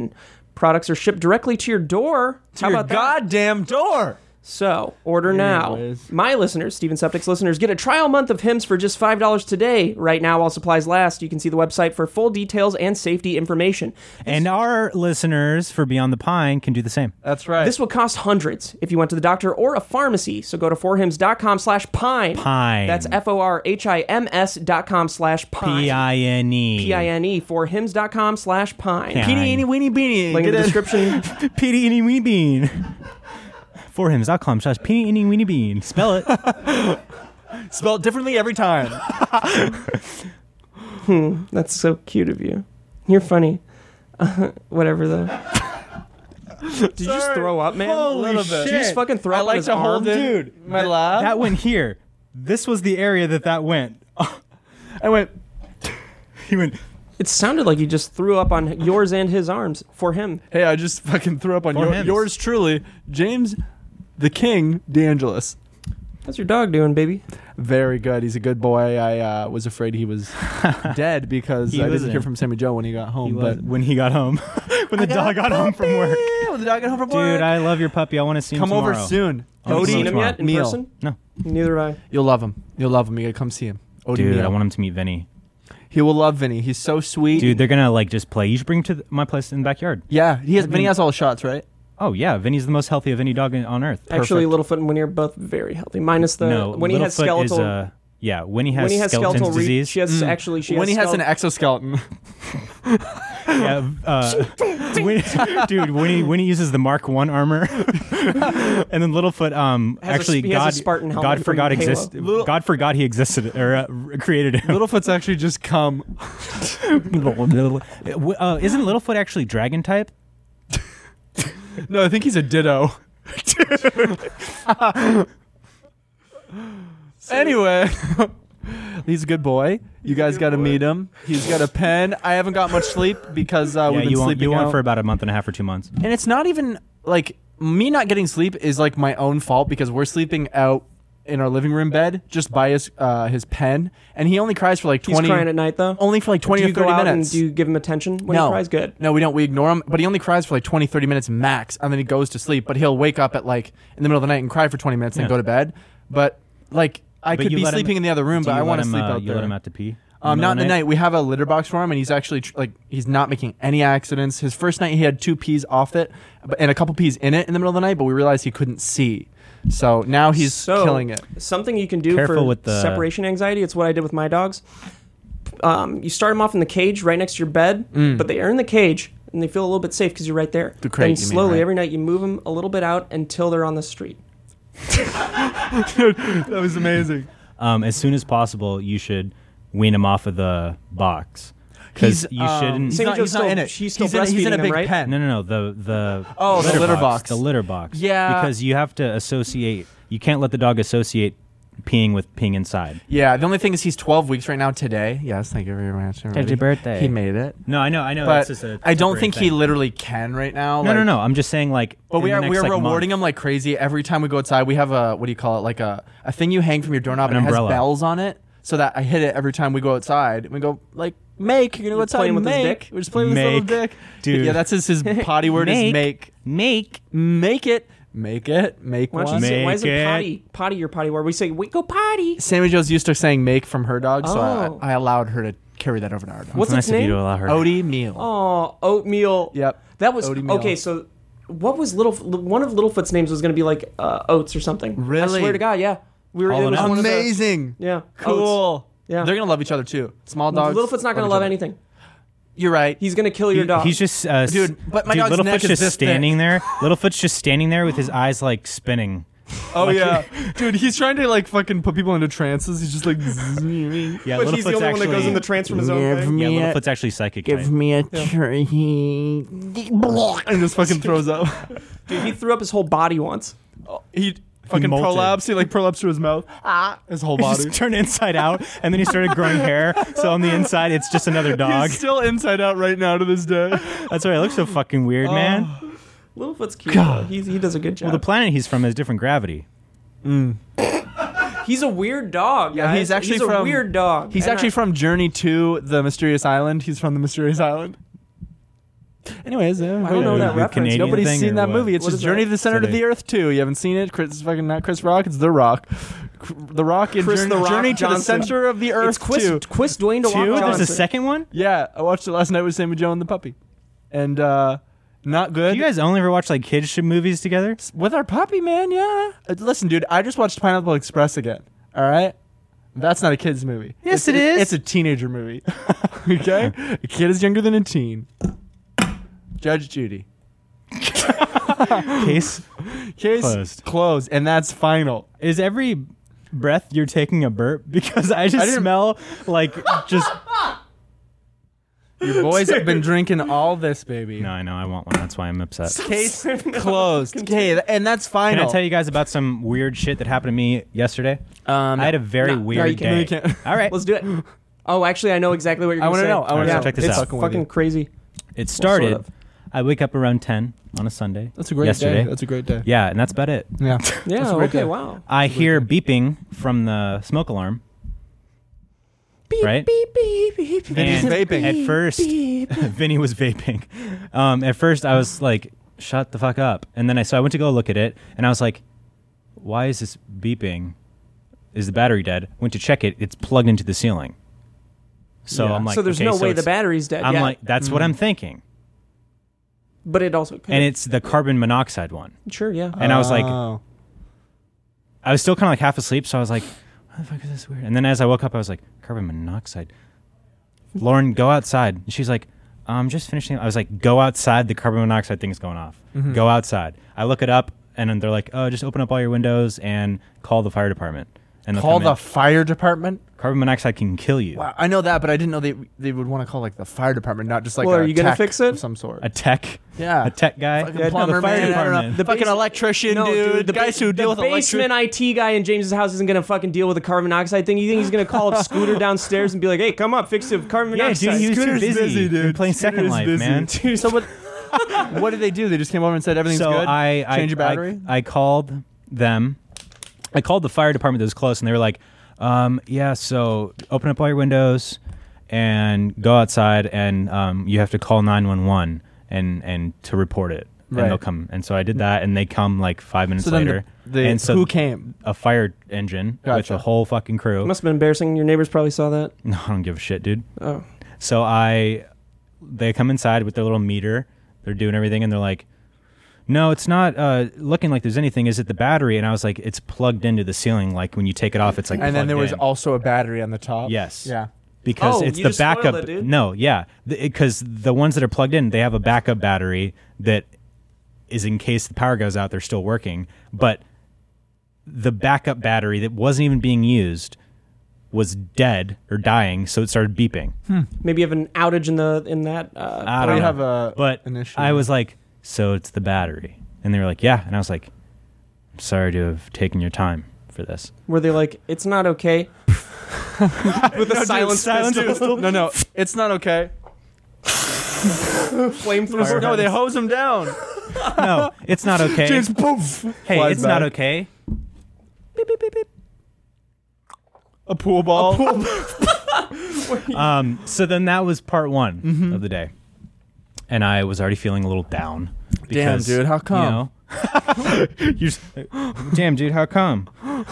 Medication. Products are shipped directly to your door.
To your
that?
goddamn door.
So order now.
Anyways.
My listeners, Steven Septic's listeners, get a trial month of hymns for just $5 today. Right now, while supplies last, you can see the website for full details and safety information.
And our listeners for Beyond the Pine can do the same.
That's right.
This will cost hundreds if you went to the doctor or a pharmacy. So go to forhims.com slash pine.
Pine.
That's F-O-R-H-I-M-S dot com slash pine.
P I N E.
P-I-N-E, forhims.com slash pine.
Yeah.
Teeny, eeny, weeny, beeny.
Link in
Get
the
it?
description.
E.
Petey Innie E Weenie Bean. For him, com slash Petey Innie E Weenie Bean. Spell it.
Spelled differently every time.
That's so cute of you. You're funny. whatever, though. Did you just throw up, man?
Holy little bit.
Did you just
shit.
fucking throw
I
up on
like
his
to
arm?
hold it. Dude, my love.
That went here. This was the area that that went.
I went.
he went,
It sounded like you just threw up on yours and his arms for him.
Hey, I just fucking threw up on
Four
your,
hymns.
yours truly, James, the King DeAngelis.
How's your dog doing, baby?
Very good. He's a good boy. I uh, was afraid he was dead because
He
I didn't
wasn't.
hear from Sammy Joe when he got home. but
when he got home, when the dog got home from work.
Yeah, when the dog got home from work.
Dude, I love your puppy. I want to see him
come over
tomorrow.
soon.
Have
Have you
Odie,
you seen him
tomorrow.
yet in
Meal.
person?
No.
Neither have I.
You'll love him. You'll love him. You gotta come see him. Odie,
Dude,
Meal.
I want him to meet Vinny.
he will love Vinny. He's so sweet.
Dude, they're going to like just play. You should bring him to th- my place in the backyard.
yeah, he has. Vinny has all the shots, right?
Oh, yeah. Vinny's the most healthy of any dog in- on earth.
Actually,
Perfect.
Littlefoot and Winnie are both very healthy. Minus the
no,
when he has
Littlefoot
skeletal.
Is, uh, yeah, when he has,
when he has
skeleton's
skeletal re-
disease.
she has actually she
when he
has,
has an
skeletal-
exoskeleton.
Yeah, uh, Win- dude, Winnie Winnie uses the Mark One armor, and then Littlefoot. Um,
Has a-
actually,
he has a
God,
Spartan helmet
God
from
forgot
Halo.
exist. God forgot he existed or uh, r- created him.
Littlefoot's actually just come.
uh, isn't Littlefoot actually dragon type?
No, I think he's a ditto. anyway, he's a good boy. You guys got to meet him. He's got a pen. I haven't got much sleep because uh,
yeah,
we've been
you want
sleeping
you
out.
want for about a month and a half or two months.
and it's not even like me not getting sleep is like my own fault because we're sleeping out in our living room bed just by his uh, his pen, and he only cries for like
He's
twenty.
crying at night though.
only for like twenty
do
or
you go
thirty
out
minutes.
and do you give him attention when
no.
he cries? Good.
No, we don't. We ignore him, but he only cries for like 20, 30 minutes max, and then he goes to sleep. But he'll wake up at like in the middle of the night and cry for 20 minutes and
Yeah.
go to bed. But like, I
But
could
you
be
let him-
sleeping in the other room,
Do
but
you
I
let
want to
him,
sleep
uh,
out
you
there.
Let him out to pee.
um, not in the
middle of
night. We have a litter box for him, and he's actually tr- like he's not making any accidents. His first night, he had two peas off it, but- and a couple peas in it in the middle of the night. But we realized he couldn't see, so now he's
so,
killing it.
Something you can do
Careful
for
with the-
separation anxiety. It's what I did with my dogs. Um, you start them off in the cage right next to your bed, but they are in the cage and they feel a little bit safe because you're right there.
Mm. The crate,
and
you mean,
slowly
right?
every night you move them a little bit out until they're on the street.
That was amazing.
um, as soon as possible, you should wean him off of the box because you
Sammy
shouldn't.
He's um, not,
Joe's
he's not
still-
in it.
she's still
he's in, he's in a
breastfeeding him,
big
right?
pen.
No, no, no. The the
Oh, the litter box.
The litter box.
Yeah.
Because you have to associate. You can't let the dog associate peeing with peeing inside.
Yeah, the only thing is he's 12 weeks right now today. Yes, thank you very much. everybody.
birthday.
He made it.
No, I know, I know.
But
that's just a,
I don't
temporary
think
thing.
he literally can right now.
No, no, no. I'm just saying, like.
But
in
we
the
are
next,
we are
like,
rewarding
month.
him like crazy. Every time we go outside, we have a what do you call it? Like a a thing you hang from your doorknob
An
and
umbrella.
it has bells on it. So that I hit it every time we go outside. We go like make. You're gonna go outside.
playing with his
make.
dick?
We're just playing with his little
Make.
dick,
Dude.
Yeah, that's his his potty word is
Make.
make.
Make.
Make it. Make it. Make
Why, don't
one.
you say, why is
Make
it
it.
potty? Potty your potty word. We say we go potty.
Sammy Joe's used to saying make from her dog, so
Oh.
I, I allowed her to carry that over to our dog.
What's its
It's nice of you
name?
to allow her.
Odie meal?
Oh, oatmeal.
Yep.
That was
Oatmeal.
okay. So, what was little? One of Littlefoot's names was going to be like uh, oats or something. I
Really?
swear to God, yeah. We were.
All
it
in
was
all.
one of the-
Amazing.
yeah. Oats.
Cool.
Yeah.
They're gonna love each other too. Small dogs.
Littlefoot's not going to love anything.
You're right.
He's going to kill your dog.
He's just uh, s-
Dude, but my
dude,
dog's
Littlefoot's
neck is
just
this thick.
standing there. Littlefoot's just standing there with his eyes like spinning.
oh yeah, dude. He's trying to like fucking put people into trances. He's just like.
Yeah,
but he's the only one
Littlefoot's
that goes
actually-
in the trance from his own
Yeah,
thing.
Yeah,
me a-
Littlefoot's actually psychic. type.
Give me a tree.
and just fucking throws up.
Dude, he threw up his whole body once.
He fucking
molted.
prolapsed. He like prolapsed through his mouth. Ah, his whole
He
body.
just turned inside out, and then he started growing hair. So on the inside, it's just another dog.
He's still inside out right now to this day.
That's why it looks so fucking weird, man.
Oh,
Littlefoot's cute. though. He's, he does a good job.
Well, the planet he's from has different gravity.
he's a weird dog.
Yeah,
guys.
he's actually
a
from-
weird dog.
He's
And
actually
I-
from Journey to the Mysterious Island. He's from the Mysterious Island. Anyways, uh,
I don't know
The-
that
the
reference. Nobody-
Canadian
Nobody's
thing
seen
or
that
what?
movie. It's
What
just
is
Journey
that?
to the Center to
Today.
the Earth too. You haven't seen it. Chris, it's fucking not Chris Rock. It's The Rock. The Rock in
Chris
Journey,
The Rock
Journey to the
Johnson.
Center of the Earth
it's Quist,
too.
Quist Dwayne DeWalt
Two? There's
Johnson.
a second one?
Yeah, I watched it last night with Sammy Joe and the puppy, and uh not good.
Do you guys only ever watch like kids shit movies together?
with our puppy, man. Yeah. Uh, Listen, dude, I just watched Pineapple Express again. All right. That's not a kid's movie.
Yes,
it's,
it is.
It's a teenager movie. okay, a kid is younger than a teen. Judge Judy.
Case
Case
Closed.
closed, and that's final.
is every breath you're taking a burp because I just
didn't-
smell like just.
Your boys have been drinking all this, baby.
No, I know I want one. That's why I'm upset.
Case closed. Okay, th- and that's
Can
final.
I tell you guys about some weird shit that happened to me yesterday?
Um,
I had a very
No, no,
weird
you can't.
day.
No,
you can't.
All right,
Let's do it. Oh, actually, I know exactly what you're
I
going
wanna
to say.
know. I wanna
yeah,
know. Check this
it's
out.
Fucking with
fucking
you.
crazy.
it started.
of.
I wake up around ten on a Sunday.
that's a great day.
yesterday.
That's a great day.
yeah, and that's about it.
Yeah.
Yeah,
a great
okay,
day.
wow.
I hear beeping from the smoke alarm.
Beep,
Right?
beep, beep, beep, beep.
And
vaping.
at first,
Beep.
Vinny was vaping. Um, at first, I was like, "Shut the fuck up!" And then I so I went to go look at it, and I was like, "Why is this beeping? Is the battery dead?" Went to check it; it's plugged into the ceiling. So
Yeah.
I'm like,
so there's
okay,
no way the
it's-
battery's dead.
I'm
yeah.
like, that's
Mm-hmm.
what I'm thinking,
but it also could.
and it's the carbon monoxide one.
sure, yeah.
And I was like,
Oh.
I was still kind of like half asleep, so I was like, "Why the fuck is this weird?" And then as I woke up, I was like, "Carbon monoxide." Lauren, go outside. And she's like, "I'm just finishing." I was like, "Go outside. The carbon monoxide thing's going off.
Mm-hmm.
Go outside." I look it up, and then they're like, "Oh, just open up all your windows and call the fire department." And they'll
call
come
the
in.
fire department.
carbon monoxide can kill you.
Wow, I know that, but I didn't know they they would want to call like the fire department, not just like.
Well,
a
are you gonna
tech
fix it?
of some sort?
A tech,
yeah,
a tech guy,
fucking
Yeah, no,
plumber,
the fire
man, I don't know.
department.
The fucking electrician,
No,
dude,
the
The guys
ba-
who deal with
the
electricity.
basement IT guy in James's house isn't gonna fucking deal with the carbon monoxide thing. You think he's gonna call up Scooter downstairs and be like, "Hey, come up, fix the carbon
yeah,
monoxide."
dude, he was too
Scooter's
busy.
busy,
You're
dude.
playing
Scooter's
Second Life,
busy.
man.
So what? what did they do? They just came over and said everything's
so
good.
I, I
change your
I-
battery.
I, called them. I called the fire department that was close, and they were like, um, "Yeah, so open up all your windows and go outside, and um, you have to call nine one one and and to report it,
Right.
and they'll come." And so I did that, and they come like five minutes
so then
later.
the, the,
and so
who came?
a fire engine with
Gotcha.
a whole fucking crew.
Must have been embarrassing. Your neighbors probably saw that.
No, I don't give a shit, dude.
Oh.
So I, they come inside with their little meter. They're doing everything, and they're like, "No, it's not uh, looking like there's anything. Is it the battery?" And I was like, "It's plugged into the ceiling. Like when you take it off, it's like."
And then there
plugged
was
in."
also a battery on the top.
Yes.
Yeah.
because
Oh,
it's
you
the
just spoiled
backup.
it, dude.
No, yeah, because the ones that are plugged in, they have a backup battery that is in case the power goes out, they're still working. But the backup battery that wasn't even being used was dead or dying, so it started beeping.
Maybe you have an outage in the in that. Uh,
I
We
don't know.
have a
Oh, but
an issue.
I was like, so it's the battery, and they were like, yeah, and I was like, I'm sorry to have taken your time for this.
where they like, "It's not okay." with the silence,
silence pistol.
no, no, it's not okay.
flamethrower.
No, they hose him down.
No, it's not okay.
James, poof.
hey,
flies
it's not
back.
okay.
A pool ball.
Um, so then that was part one
Mm-hmm.
of the day, and I was already feeling a little down. Because,
dude, how come?
You know, you're s- damn, dude, how come?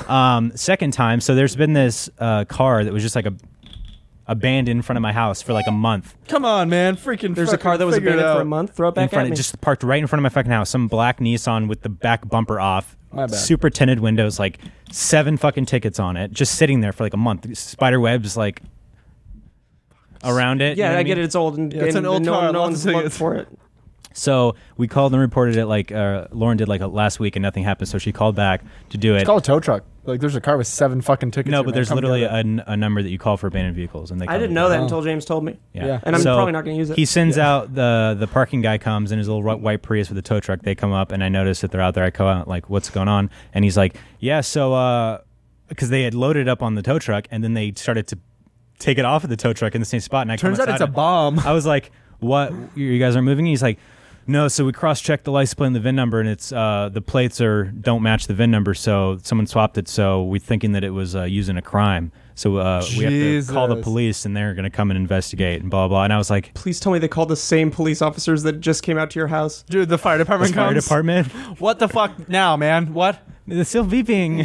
Um, second time, so there's been this uh, car that was just like a abandoned in front of my house for like a month.
Come on, man. Freaking.
There's a
fucking
car that was
figure it
abandoned for a
out.
month. Throw it back
in front
at
of,
me.
just parked right in front of my fucking house. Some black Nissan with the back bumper off,
My bad.
super tinted windows, like seven fucking tickets on it, just sitting there for like a month. Spider webs like around it. you
yeah,
know what
I get
mean?
it. It's old and,
Yeah, it's
and
an old
no,
car,
no
lots
one's
of
looked
tickets.
for it.
So we called and reported it like uh, Lauren did like uh, last week, and nothing happened. So she called back to do it.
Call a tow truck. Like, there's a car with seven fucking tickets.
no,
here,
but
man.
there's
Come
literally
get
a,
it.
n- a number that you call for abandoned vehicles, and they.
I
come
didn't
and
know
do
that
it.
until James told me.
Yeah.
Yeah.
And I'm
So
probably not going to use it.
He sends out the the parking guy comes in his little wh- white Prius with a tow truck. They come up and I notice that they're out there. I go out like, "What's going on?" And he's like, "Yeah, so uh, because they had loaded up on the tow truck and then they started to take it off of the tow truck in the same spot." And I
Turns
come
out it's a
outside
bomb.
and- I was like, "What? You you guys aren't moving?" He's like. No, so we cross-checked the license plate and the VIN number, and it's uh, the plates are don't match the VIN number, so someone swapped it. So we're thinking that it was uh, using a crime. So uh, we have to call the
Jesus.
police, and they're going to come and investigate, and blah blah. And I was like,
Please tell me they called the same police officers that just came out to your house.
Dude, the fire
"The
department
fire
comes.
department,
What the fuck now, man? What?
they're still beeping.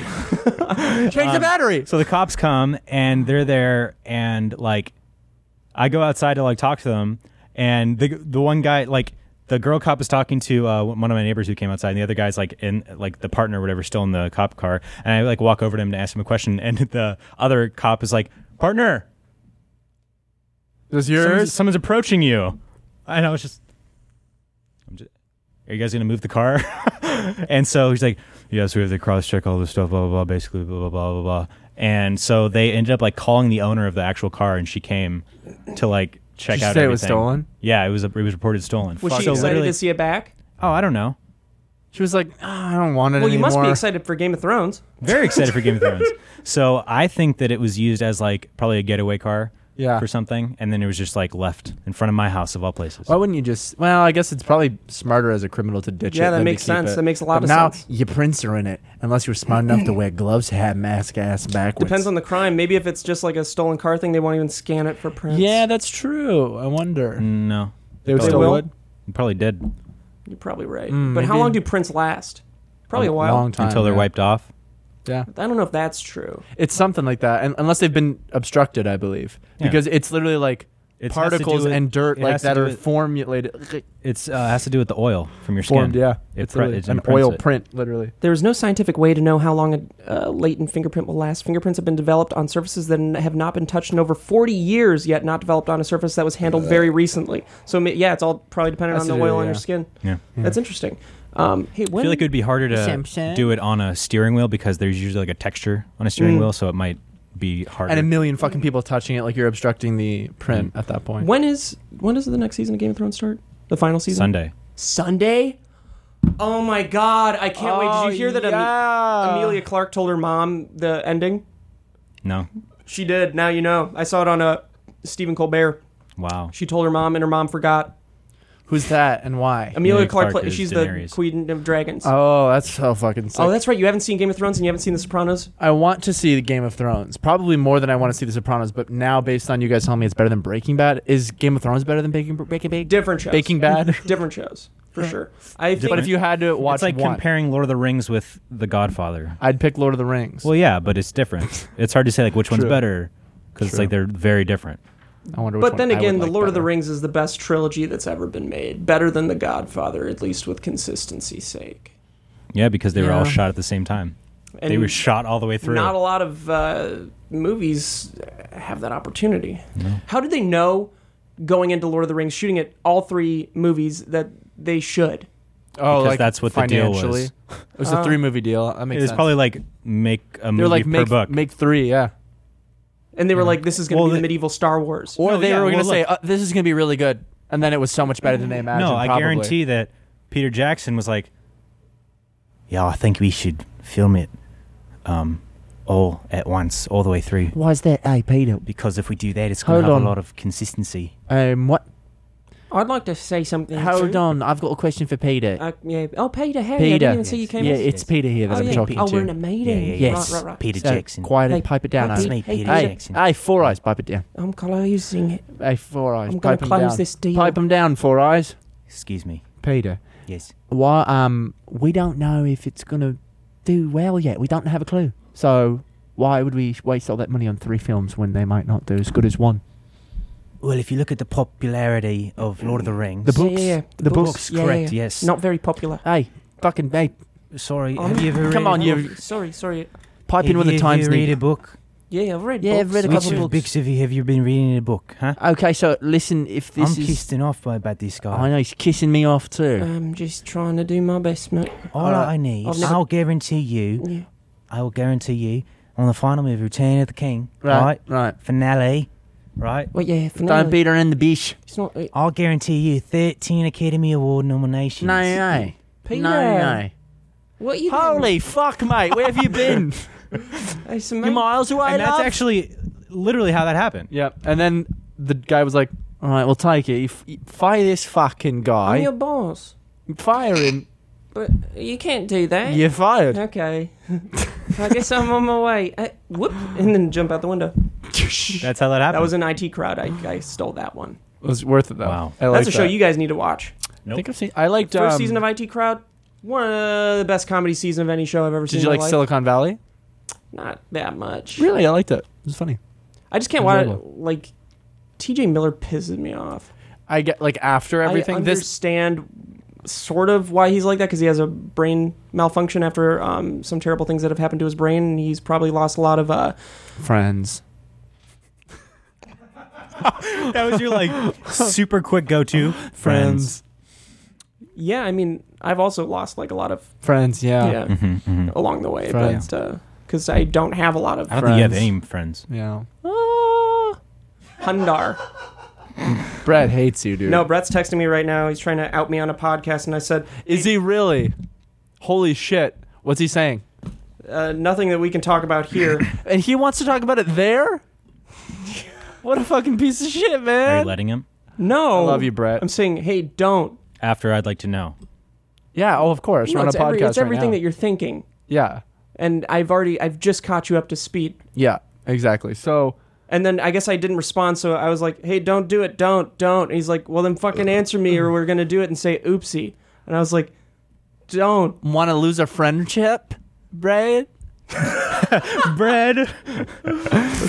Change
Um,
the battery.
So the cops come and they're there and like I go outside to like talk to them and the the one guy like the girl cop is talking to uh, one of my neighbors who came outside and the other guy's like in like the partner or whatever still in the cop car and I like walk over to him to ask him a question and the other cop is like partner
This
someone's,
yours?
someone's approaching you and I was just I'm just are you guys gonna move the car? and so he's like, yes, we have to cross check all this stuff, blah, blah, blah, basically, blah, blah, blah, blah, blah. And so they ended up like calling the owner of the actual car and she came to like check
Did she
out
say it
everything.
was stolen?
Yeah, it was, it was reported stolen.
Was
so
she excited
literally,
to see it back?
oh, I don't know.
She was like, "Ah, I don't want it
Well, you
anymore.
must be excited for Game of Thrones.
Very excited for Game of Thrones. So I think that it was used as like probably a getaway car
Yeah.
for something. And then it was just like left in front of my house of all places.
Why wouldn't you just? Well, I guess it's probably smarter as a criminal to ditch
Yeah,
it.
that
than to
makes
keep
sense.
it.
That makes a lot
But
of
now
sense.
your prints are in it, unless you're smart enough to wear gloves, hat, mask, ass backwards.
Depends on the crime. Maybe if it's just like a stolen car thing, they won't even scan it for prints.
Yeah, that's true. I wonder.
no,
They would
Mm, They
still
will?
would.
probably did
you're probably right.
Mm,
but how
maybe.
long do prints last? Probably a, while.
Long time
until they're
yeah.
wiped off.
Yeah,
I don't know if that's true.
it's something like that, and unless they've been obstructed, I believe,
Yeah.
because it's literally like
It has to do
particles
with-
and dirt
it
like
has to
that
do
are
with-
formulated,
It's uh, has to do with the oil from your skin.
formed. Yeah,
It
it's
pre-
literally
it
an
imprints
oil
it.
print, literally.
There is no scientific way to know how long a uh, latent fingerprint will last. Fingerprints have been developed on surfaces that n- have not been touched in over 40 years, yet not developed on a surface that was handled very recently. So, ma- yeah, it's all probably dependent
Has
on
to
the
do-
oil on
yeah.
your skin.
Yeah.
That's interesting. Um, hey,
I
when,
feel like it would be harder to
Simpson.
do it on a steering wheel because there's usually like a texture on a steering
Mm.
wheel, so it might be harder. Mm.
and a million fucking people touching it like you're obstructing the print at that point.
when is when does the next season of Game of Thrones start? The final season?
Sunday.
Sunday? Oh my god, I can't wait. Did you hear that
Oh,
Ami- Amelia Clark told her mom the ending?
No.
She did. Now you know. I saw it on a Stephen Colbert.
Wow.
She told her mom, and her mom forgot.
Who's that and why?
Amelia,
Amelia
Clark,
Clark
play,
is
she's
Daenerys.
the queen of dragons.
Oh, that's so fucking sick.
oh, that's right. You haven't seen Game of Thrones and you haven't seen The Sopranos.
I want to see the Game of Thrones probably more than I want to see The Sopranos. But now, based on you guys telling me it's better than Breaking Bad, is Game of Thrones better than Baking Breaking Bad?
Different shows.
Baking Bad.
Different shows for sure. I think
but if you had to watch
it's like
one,
comparing Lord of the Rings with The Godfather.
I'd pick Lord of the Rings.
Well, yeah, but it's different. it's hard to say like which one's
True.
better because it's
True.
like they're very different.
I wonder. Which
but then
one I
again,
would
The
like
Lord of the
better.
Rings is the best trilogy that's ever been made. Better than The Godfather, at least with consistency's sake.
Yeah, because they were all
Yeah.
shot at the same time.
And
they were shot all the way through.
not a lot of uh, movies have that opportunity. How did they know going into Lord of the Rings, shooting at all three movies, that they should?
Oh,
because
like
that's what the deal was.
financially. It was a three movie deal. That
it
makes
was
sense.
probably like make a
they
movie
were Uh-huh. like
per
make
book.
make three. Yeah.
And they were like, "This is going to
Well,
be the
they-
medieval Star Wars."
Or
No,
they
yeah,
were
well,
going to say,
look.
uh, this is going to be really good. And then it was so much better than they imagined.
no, I
probably.
guarantee that Peter Jackson was like, "Yeah, I think we should film it, um, all at once, all the way through."
Was that a Peter?
because if we do that, it's going to
Hold
have
on.
a lot of consistency.
Um, what?
I'd like to say something.
Hold on, I've got a question for Peter.
Uh, yeah. Oh, Peter, hey, I
Peter.
didn't even see you came.
yeah,
in.
it's Peter here that
oh,
I'm
yeah.
talking
oh,
to.
we're in a meeting.
Yeah, yeah, yeah.
Yes.
Right, right, right.
Peter
So,
Jackson.
Quiet
Hey,
and pipe it down.
that's
Aye.
me, Peter
Aye,
Jackson.
Aye, four eyes, pipe it down.
I'm closing.
Aye, four eyes,
I'm going
pipe
to
them
close
down.
this deal.
Pipe them down, Four Eyes.
Excuse me.
Peter.
Yes.
Why? Um, we don't know if it's gonna do well yet. We don't have a clue. So why would we waste all that money on three films when they might not do as good as one?
Well, if you look at the popularity of Lord of the Rings,
The books.
yeah, yeah.
The,
The
books.
books. Yeah, correct, yeah.
Yes.
Not very popular.
Hey, fucking hey,
Sorry.
have you
ever?
Come on, you.
Sorry, sorry.
Pipe in with the times needed.
book?
Yeah, I've read.
Yeah, I've
books.
read a couple books.
have you, have you been reading a book? Huh?
Okay, so listen, if this is,
off by about this
I know he's kissing me off too.
I'm just trying to do my best, mate.
All
Alright.
I need,
I've never-
I'll guarantee you,
Yeah.
I will guarantee you, on the final movie, Return of the King,
Right, right.
Finale, right?
Well, yeah. For now,
Don't beat her in the bish.
It's not. It,
I'll guarantee you 13 Academy Award nominations.
No, no.
Peter.
No,
What are you?
no. Holy fuck, mate, where have you been?
doing? Hey, so, mate,
You're miles away,
And that's
love.
actually literally how that happened.
Yep. And then the guy was like, all right, we'll take it. You f- you fire this fucking
I'm
guy.
your boss,
Fire him.
but you can't do that.
You're fired.
Okay. I guess I'm on my way. Uh, whoop, and then jump out the window.
That's how that happened.
That was an IT crowd. I, I stole that one.
It was worth it though.
Wow.
I
That's
like
a show
that.
you guys need to watch.
I think I've seen. I liked
First
um,
season of IT Crowd, one of the best comedy season of any show I've ever seen.
Did you
in
like
my life.
Silicon Valley?
Not that much.
Really, I liked it. It was funny.
I just can't watch.
Enjoyable.
Like, T.J. Miller pisses me off.
I get like after everything.
I
this
understand sort of why he's like that because he has a brain malfunction after um, some terrible things that have happened to his brain. and He's probably lost a lot of. Uh,
friends.
that was your like super quick go to
Friends.
yeah, I mean, I've also lost like a lot of
Friends. Yeah. Mm-hmm.
yeah along the way,
Friends.
but because I don't have a lot of
I don't think you have
Friends.
any friends.
Yeah.
Ah, Hundar.
Brad hates you, dude.
No, Brett's texting me right now. He's trying to out me on a podcast, and I said
Is he really? Holy shit! What's he saying?
uh, nothing that we can talk about here.
And he wants to talk about it there. what a fucking piece of shit,
Are you
man.
letting him?
No,
I love you, Brett.
I'm saying, hey, don't.
After I'd like to know.
Yeah. Oh, of course.
No,
We're on a
it's,
podcast
every- it's
right
everything
now.
that you're thinking,
yeah.
and I've already, I've just caught you up to speed.
Yeah. Exactly. So.
And then I guess I didn't respond, so I was like, "Hey, don't do it, don't, don't." And he's like, "Well, then fucking answer me, or we're gonna do it and say oopsie." And I was like, "Don't."
Want to lose a friendship, Brad?
Bread.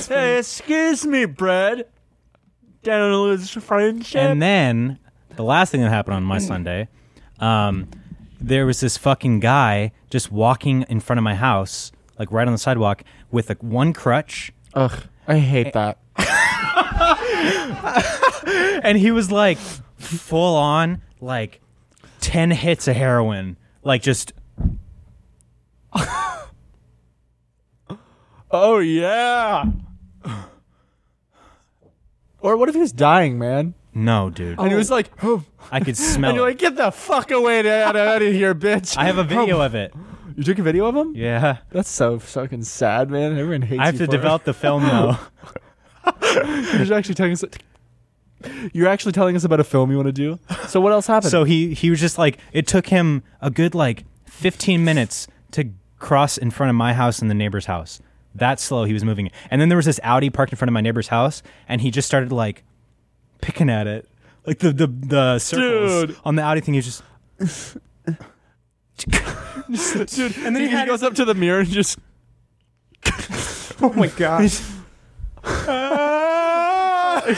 Hey, excuse me, Brad. Down to lose friendship.
And then the last thing that happened on my
Mm.
Sunday, um, there was this fucking guy just walking in front of my house, like right on the sidewalk, with like one crutch,
Ugh, I hate that.
and he was like full on like ten hits of heroin, like just
Oh yeah. Or what if he was dying, man?
no, dude.
Oh.
And he was like, "Huh,"
I
Oh.
could
and
smell.
you're
it.
like, get the fuck away out of here, bitch.
I have a video of it.
You took a video of him?
Yeah,
That's so fucking sad, man. Everyone hates
I have
you
to
for it.
develop the film though.
You're actually telling us. You're actually telling us about a film you want to do. So what else happened?
So he he was just like it took him a good like 15 minutes to cross in front of my house and the neighbor's house. That slow he was moving. And then there was this Audi parked in front of my neighbor's house and he just started like picking at it. Like the the the circles
Dude.
on the Audi thing he was just
dude, and
then he had-
goes up to the mirror and just.
Oh my gosh!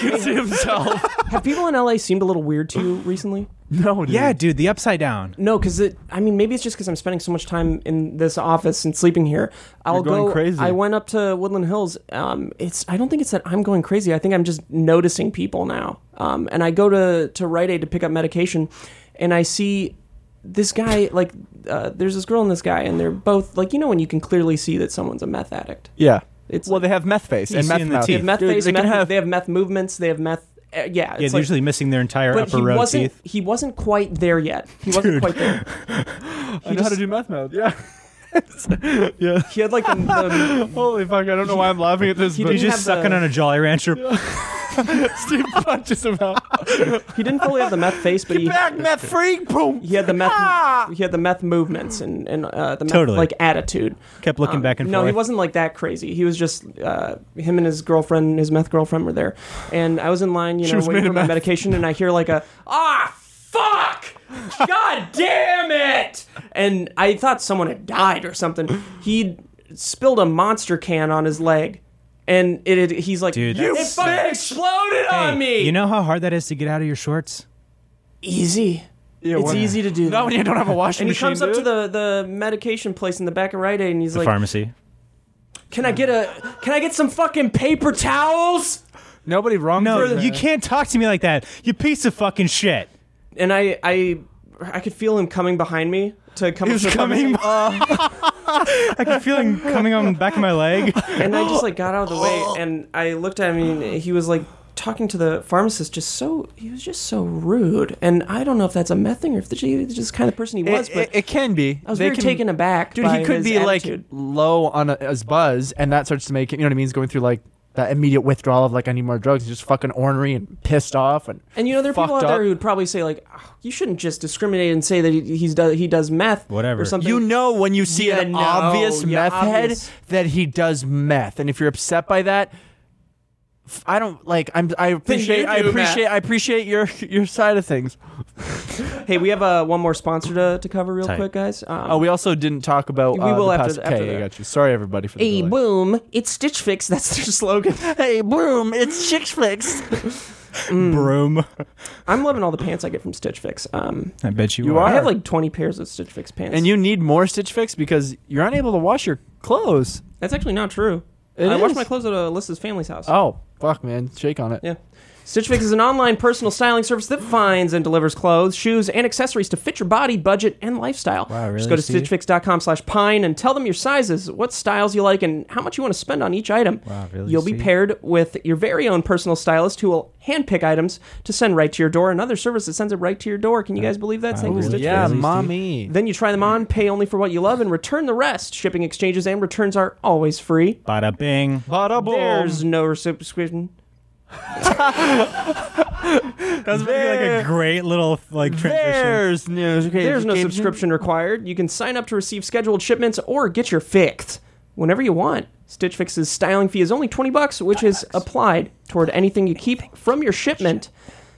he can see himself.
have people in LA seemed a little weird to you recently?
No, dude.
Yeah, dude, the upside down.
No, because it. I mean, maybe it's just because I'm spending so much time in this office and sleeping here. I'll
You're going
go
crazy.
I went up to Woodland Hills. Um, it's. I don't think it's that I'm going crazy. I think I'm just noticing people now. Um, and I go to to Rite Aid to pick up medication, and I see this guy. Like, uh, there's this girl and this guy, and they're both like, you know, when you can clearly see that someneone's a meth addict.
Yeah.
It's
Well, they have meth face
You
and
see
meth
in the
mouth.
they
teeth.
have meth
Dude,
face.
they
meth,
can have-
they have meth movements. They have meth. Uh, yeah,
Yeah,
it's
they're
like-
usually missing their entire
but
upper
he
row
wasn't.
teeth.
He wasn't quite there yet. He wasn't
Dude.
quite there.
I know how to do meth mouth. Yeah. yeah.
He had like the, the
Holy fuck! I don't know why I'm laughing at this.
He
but
didn't
He's just
have the-
sucking on a Jolly Rancher.
Steve punches him out.
He didn't fully have the meth face, but he,
meth freak. Boom.
he had the meth
Ah!
he had the meth movements and and uh, the meth,
Totally.
like attitude.
Kept looking
Um,
back and
no,
forth.
he wasn't like that crazy. He was just uh, him and his girlfriend, his meth girlfriend, were there, and I was in line, you know,
was
waiting
made
for
of
my
meth.
medication, and I hear like a ah fuck, god damn it, and I thought someone had died or something. He spilled a monster can on his leg. And it, it- he's like,
Dude,
you
that's-
fucking exploded on me.
You know how hard that is to get out of your shorts?
easy.
Yeah,
it's
why-
easy to do. that.
Not when you don't have a washing
And he
machine.
comes up to the, the medication place in the back of Rite Aid and he's
The
like,
pharmacy.
"Can I get a Can I get some fucking paper towels?"
Nobody wrong.
No,
for
you can't talk to me like that. You piece of fucking shit.
And I I I could feel him coming behind me to come.
He
up to-
was coming. I could feel him coming on the back of my leg.
and I just like got out of the way and I looked at him and he was like talking to the pharmacist just so he was just so rude and I don't know if that's a meth thing or if that's just the kind of person he was,
It,
but
it, it can be.
I was
They
very
can-
taken aback.
Dude,
by
he could
his
be
attitude.
like low on a, his buzz, and that starts to make it. You know what I mean? He's going through like that immediate withdrawal of like I need more drugs. He's just fucking ornery and pissed off and.
And you know, there are people out
fucked
there
up.
who would probably say like, "Oh, "You shouldn't just discriminate and say that he, he's do, he does meth,
Whatever.
or something."
You know when you see
Yeah,
an
no,
obvious
yeah,
meth
obvious.
head that he does meth, and if you're upset by that, f- I don't like. I'm. I appreciate.
you
I
do,
appreciate.
Matt.
I appreciate your your side of things.
Hey, we have uh, one more sponsor to, to cover real
Tight.
quick, guys. Um,
Oh, we also didn't talk about.
We
uh,
will
the
after
past-
th- after
okay, I
that.
got you. Sorry, everybody, for the
Hey,
delay.
boom! It's Stitch Fix. That's their slogan.
Hey, Bloom, it's Chick Flicks.
Hmm. broom.
I'm loving all the pants I get from Stitch Fix. Um,
I bet you,
You
I
are.
have like 20 pairs of Stitch Fix pants.
and you need more Stitch Fix because you're unable to wash your clothes.
That's actually not true.
It
I
is.
washed my clothes at Alyssa's family's house.
Oh, fuck, man. Shake on it.
Yeah. Stitch Fix is an online personal styling service that finds and delivers clothes, shoes, and accessories to fit your body, budget, and lifestyle.
Wow, really,
Just go to
Steve?
stitchfix.com slash pine and tell them your sizes, what styles you like, and how much you want to spend on each item.
Wow, really,
You'll be
Steve?
paired with your very own personal stylist who will handpick items to send right to your door. Another service that sends it right to your door. Can you guys believe that? Thank you,
really,
Stitch
Yeah,
Fix.
Steve.
mommy.
Then you try them on, pay only for what you love, and return the rest. Shipping, exchanges, and returns are always free.
bada bing.
Bada
There's no reciprocation.
That's like a great little like transition.
There's news. Okay,
There's no
okay,
subscription required. You can sign up to receive scheduled shipments or get your fixed whenever you want. Stitch Fix's styling fee is only 20 bucks, which is applied toward anything you keep from your shipment.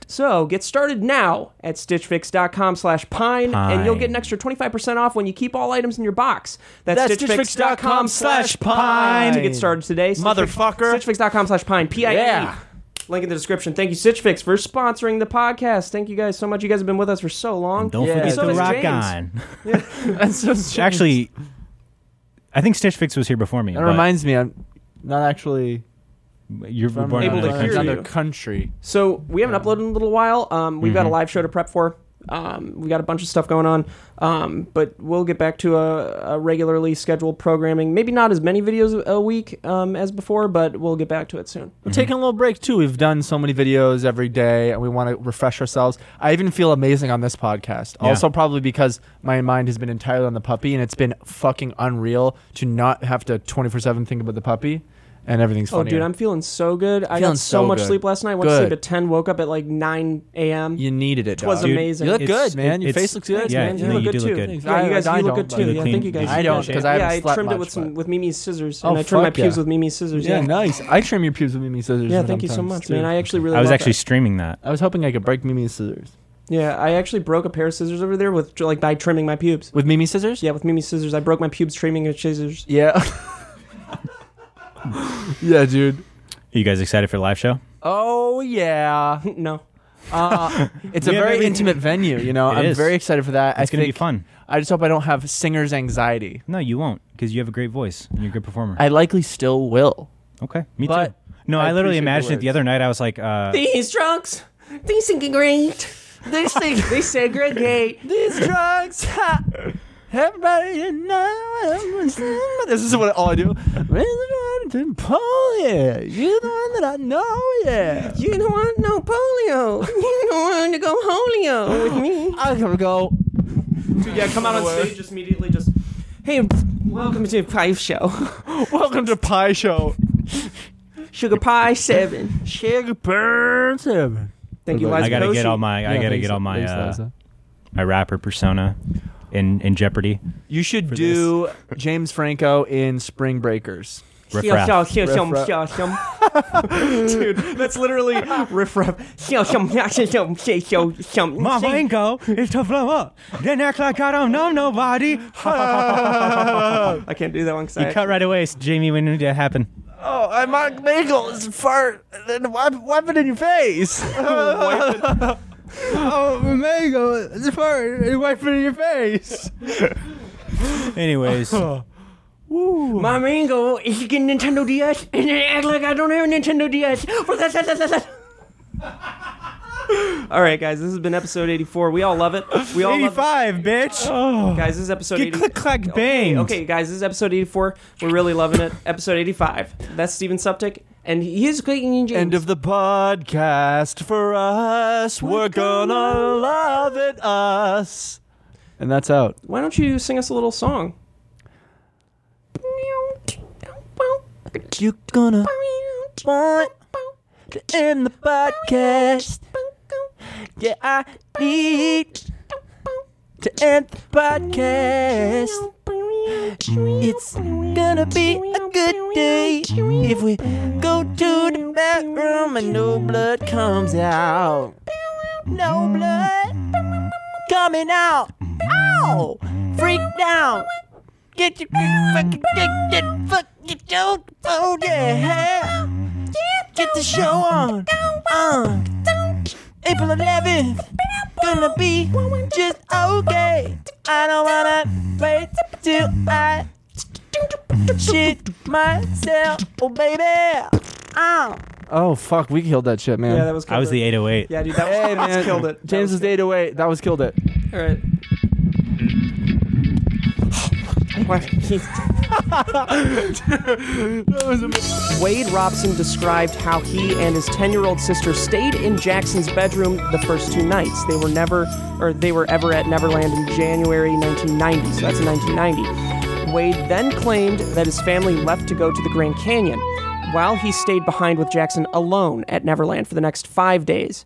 So get started now at stitchfix.com slash pine, and you'll get an extra 25% off when you keep all items in your box. That's,
That's
stitchfix.com slash
pine.
pine. To get started today. Stitch Fix-
Motherfucker.
Stitchfix.com slash pine. P-I-E.
Yeah.
Link in the description. Thank you, Stitch Fix, for sponsoring the podcast. Thank you guys so much. You guys have been with us for so long.
Don't
Yeah.
forget
So
the
does
rock
James.
on.
That's so strange.
Actually, I think Stitch Fix was here before me.
that
but
reminds me, I'm not actually
you're
from
born in
able
another
to hear
country.
you.
another country.
So we haven't uploaded in a little while. Um, we've got
Mm-hmm.
a live show to prep for. Um, we got a bunch of stuff going on, um, but we'll get back to a, a regularly scheduled programming. Maybe not as many videos a week um, as before, but we'll get back to it soon.
We're taking a little break too. We've done so many videos every day, and we want to refresh ourselves. I even feel amazing on this podcast.
Yeah.
Also, probably because my mind has been entirely on the puppy, and it's been fucking unreal to not have to twenty four seven think about the puppy, and everything's
Oh,
funny.
dude, I'm feeling so good. I
Feeling
got so,
so
much
good.
sleep last night. Went to
Good.
sleep at ten, woke up at like nine a.m.
you needed it.
was
dog.
Dude,
amazing.
You look
It's-
good, man. Your
it's-
face looks good.
yeah,
man,
it's-
you
no,
look
you
good
do
too.
look good.
Yeah, you
I-
guys,
I
you look
don't,
good
but-
too.
You
look
Yeah,
clean.
thank you guys.
I
don't, 'cause I haven't
yeah, I
slept
trimmed it
much,
with some
but-
with Mimi's scissors,
Oh,
and I trimmed my
fuck
pubes
yeah.
with Mimi's scissors.
Yeah,
Yeah,
nice. I trim your pubes with Mimi's scissors.
yeah, thank you so
sometimes,
much,
too.
man. I actually really
I was
love that.
actually streaming that.
I was hoping I could break Mimi's scissors
Yeah, I actually broke a pair of scissors over there with like by trimming my pubes.
with Mimi's scissors.
Yeah, with Mimi's scissors, I broke my pubes trimming with scissors.
Yeah. yeah, dude.
Are you guys excited for the live show?
Oh yeah.
no,
Uh, it's a
We have
very
everything.
intimate venue. You know,
It
I'm
is.
very excited for that.
It's
I
gonna be
think-
fun.
I just hope I don't have singer's anxiety.
No, you won't, because you have a great voice and you're a good performer.
I likely still will.
okay, me too.
but
No, I,
I appreciate the
literally imagined it the
words.
other night. I was like, uh,
these drugs, they segregate. They seg- they segregate.
These drugs, ha! everybody you know. This is what all I do. Polio, you're the one that I know. Yeah,
You don't want no polio. You don't want to go holio with me.
I'm gonna go.
Dude, yeah, come out on stage just immediately. Just hey, welcome to Pie Show,
Welcome to Pie Show.
Sugar Pie Seven.
Sugar burns him.
Thank you, Liza.
I gotta get
Koshy.
all my, I gotta get all my, uh, my rapper persona in in jeopardy.
You should do James Franco in Spring Breakers.
Riff
Shum,
raff.
shum, shum, shum,
Riff
shum, shum. Dude, that's literally riff raff. Shum, shum, shum, shum, shum, shum, shum.
go is to blow up. Then act like I don't know nobody.
I can't do that one because
you
I.
cut right away, Jamie. When did that happen?
Oh, I mocked Bagels fart and wipe it in your face. oh, Bagel fart and wipe it in your face.
Anyways,
Oh.
My main goal is to get a Nintendo DS and then act like I don't have a Nintendo DS. all right, guys, this has been episode 84. We all love it. We all love it.
eighty-five, bitch.
Oh.
Guys, this is episode
Get
80
click clack bang.
Okay, guys, this is episode 84. We're really loving it. Episode 85. That's Steven Suptic, and he is Clayton James.
End of the podcast for us. We're gonna love it, us. And that's out.
Why don't you sing us a little song?
You're gonna want to end the podcast. Yeah, I need to end the podcast.
It's gonna be a good day if we go to the bathroom and no blood comes out. No blood coming out. Ow! Freak down. Get your fucking dick, get fuck your don't fold your hair. Get the show on. Uh, April 11th. Gonna be just okay. I don't wanna wait till I shit myself, oh baby. Ow.
Oh fuck, we killed that shit, man.
Yeah, that was. Killed
I was
it.
the 808.
Yeah, dude, that was,
Hey,
that's
man.
killed it.
James was
that
eight away. That was killed it.
was All right. Wade Robson described how he and his 10-year-old sister stayed in Jackson's bedroom the first two nights. They were never or they were ever at Neverland in January 1990. So that's in 1990. Wade then claimed that his family left to go to the Grand Canyon while he stayed behind with Jackson alone at Neverland for the next 5 days.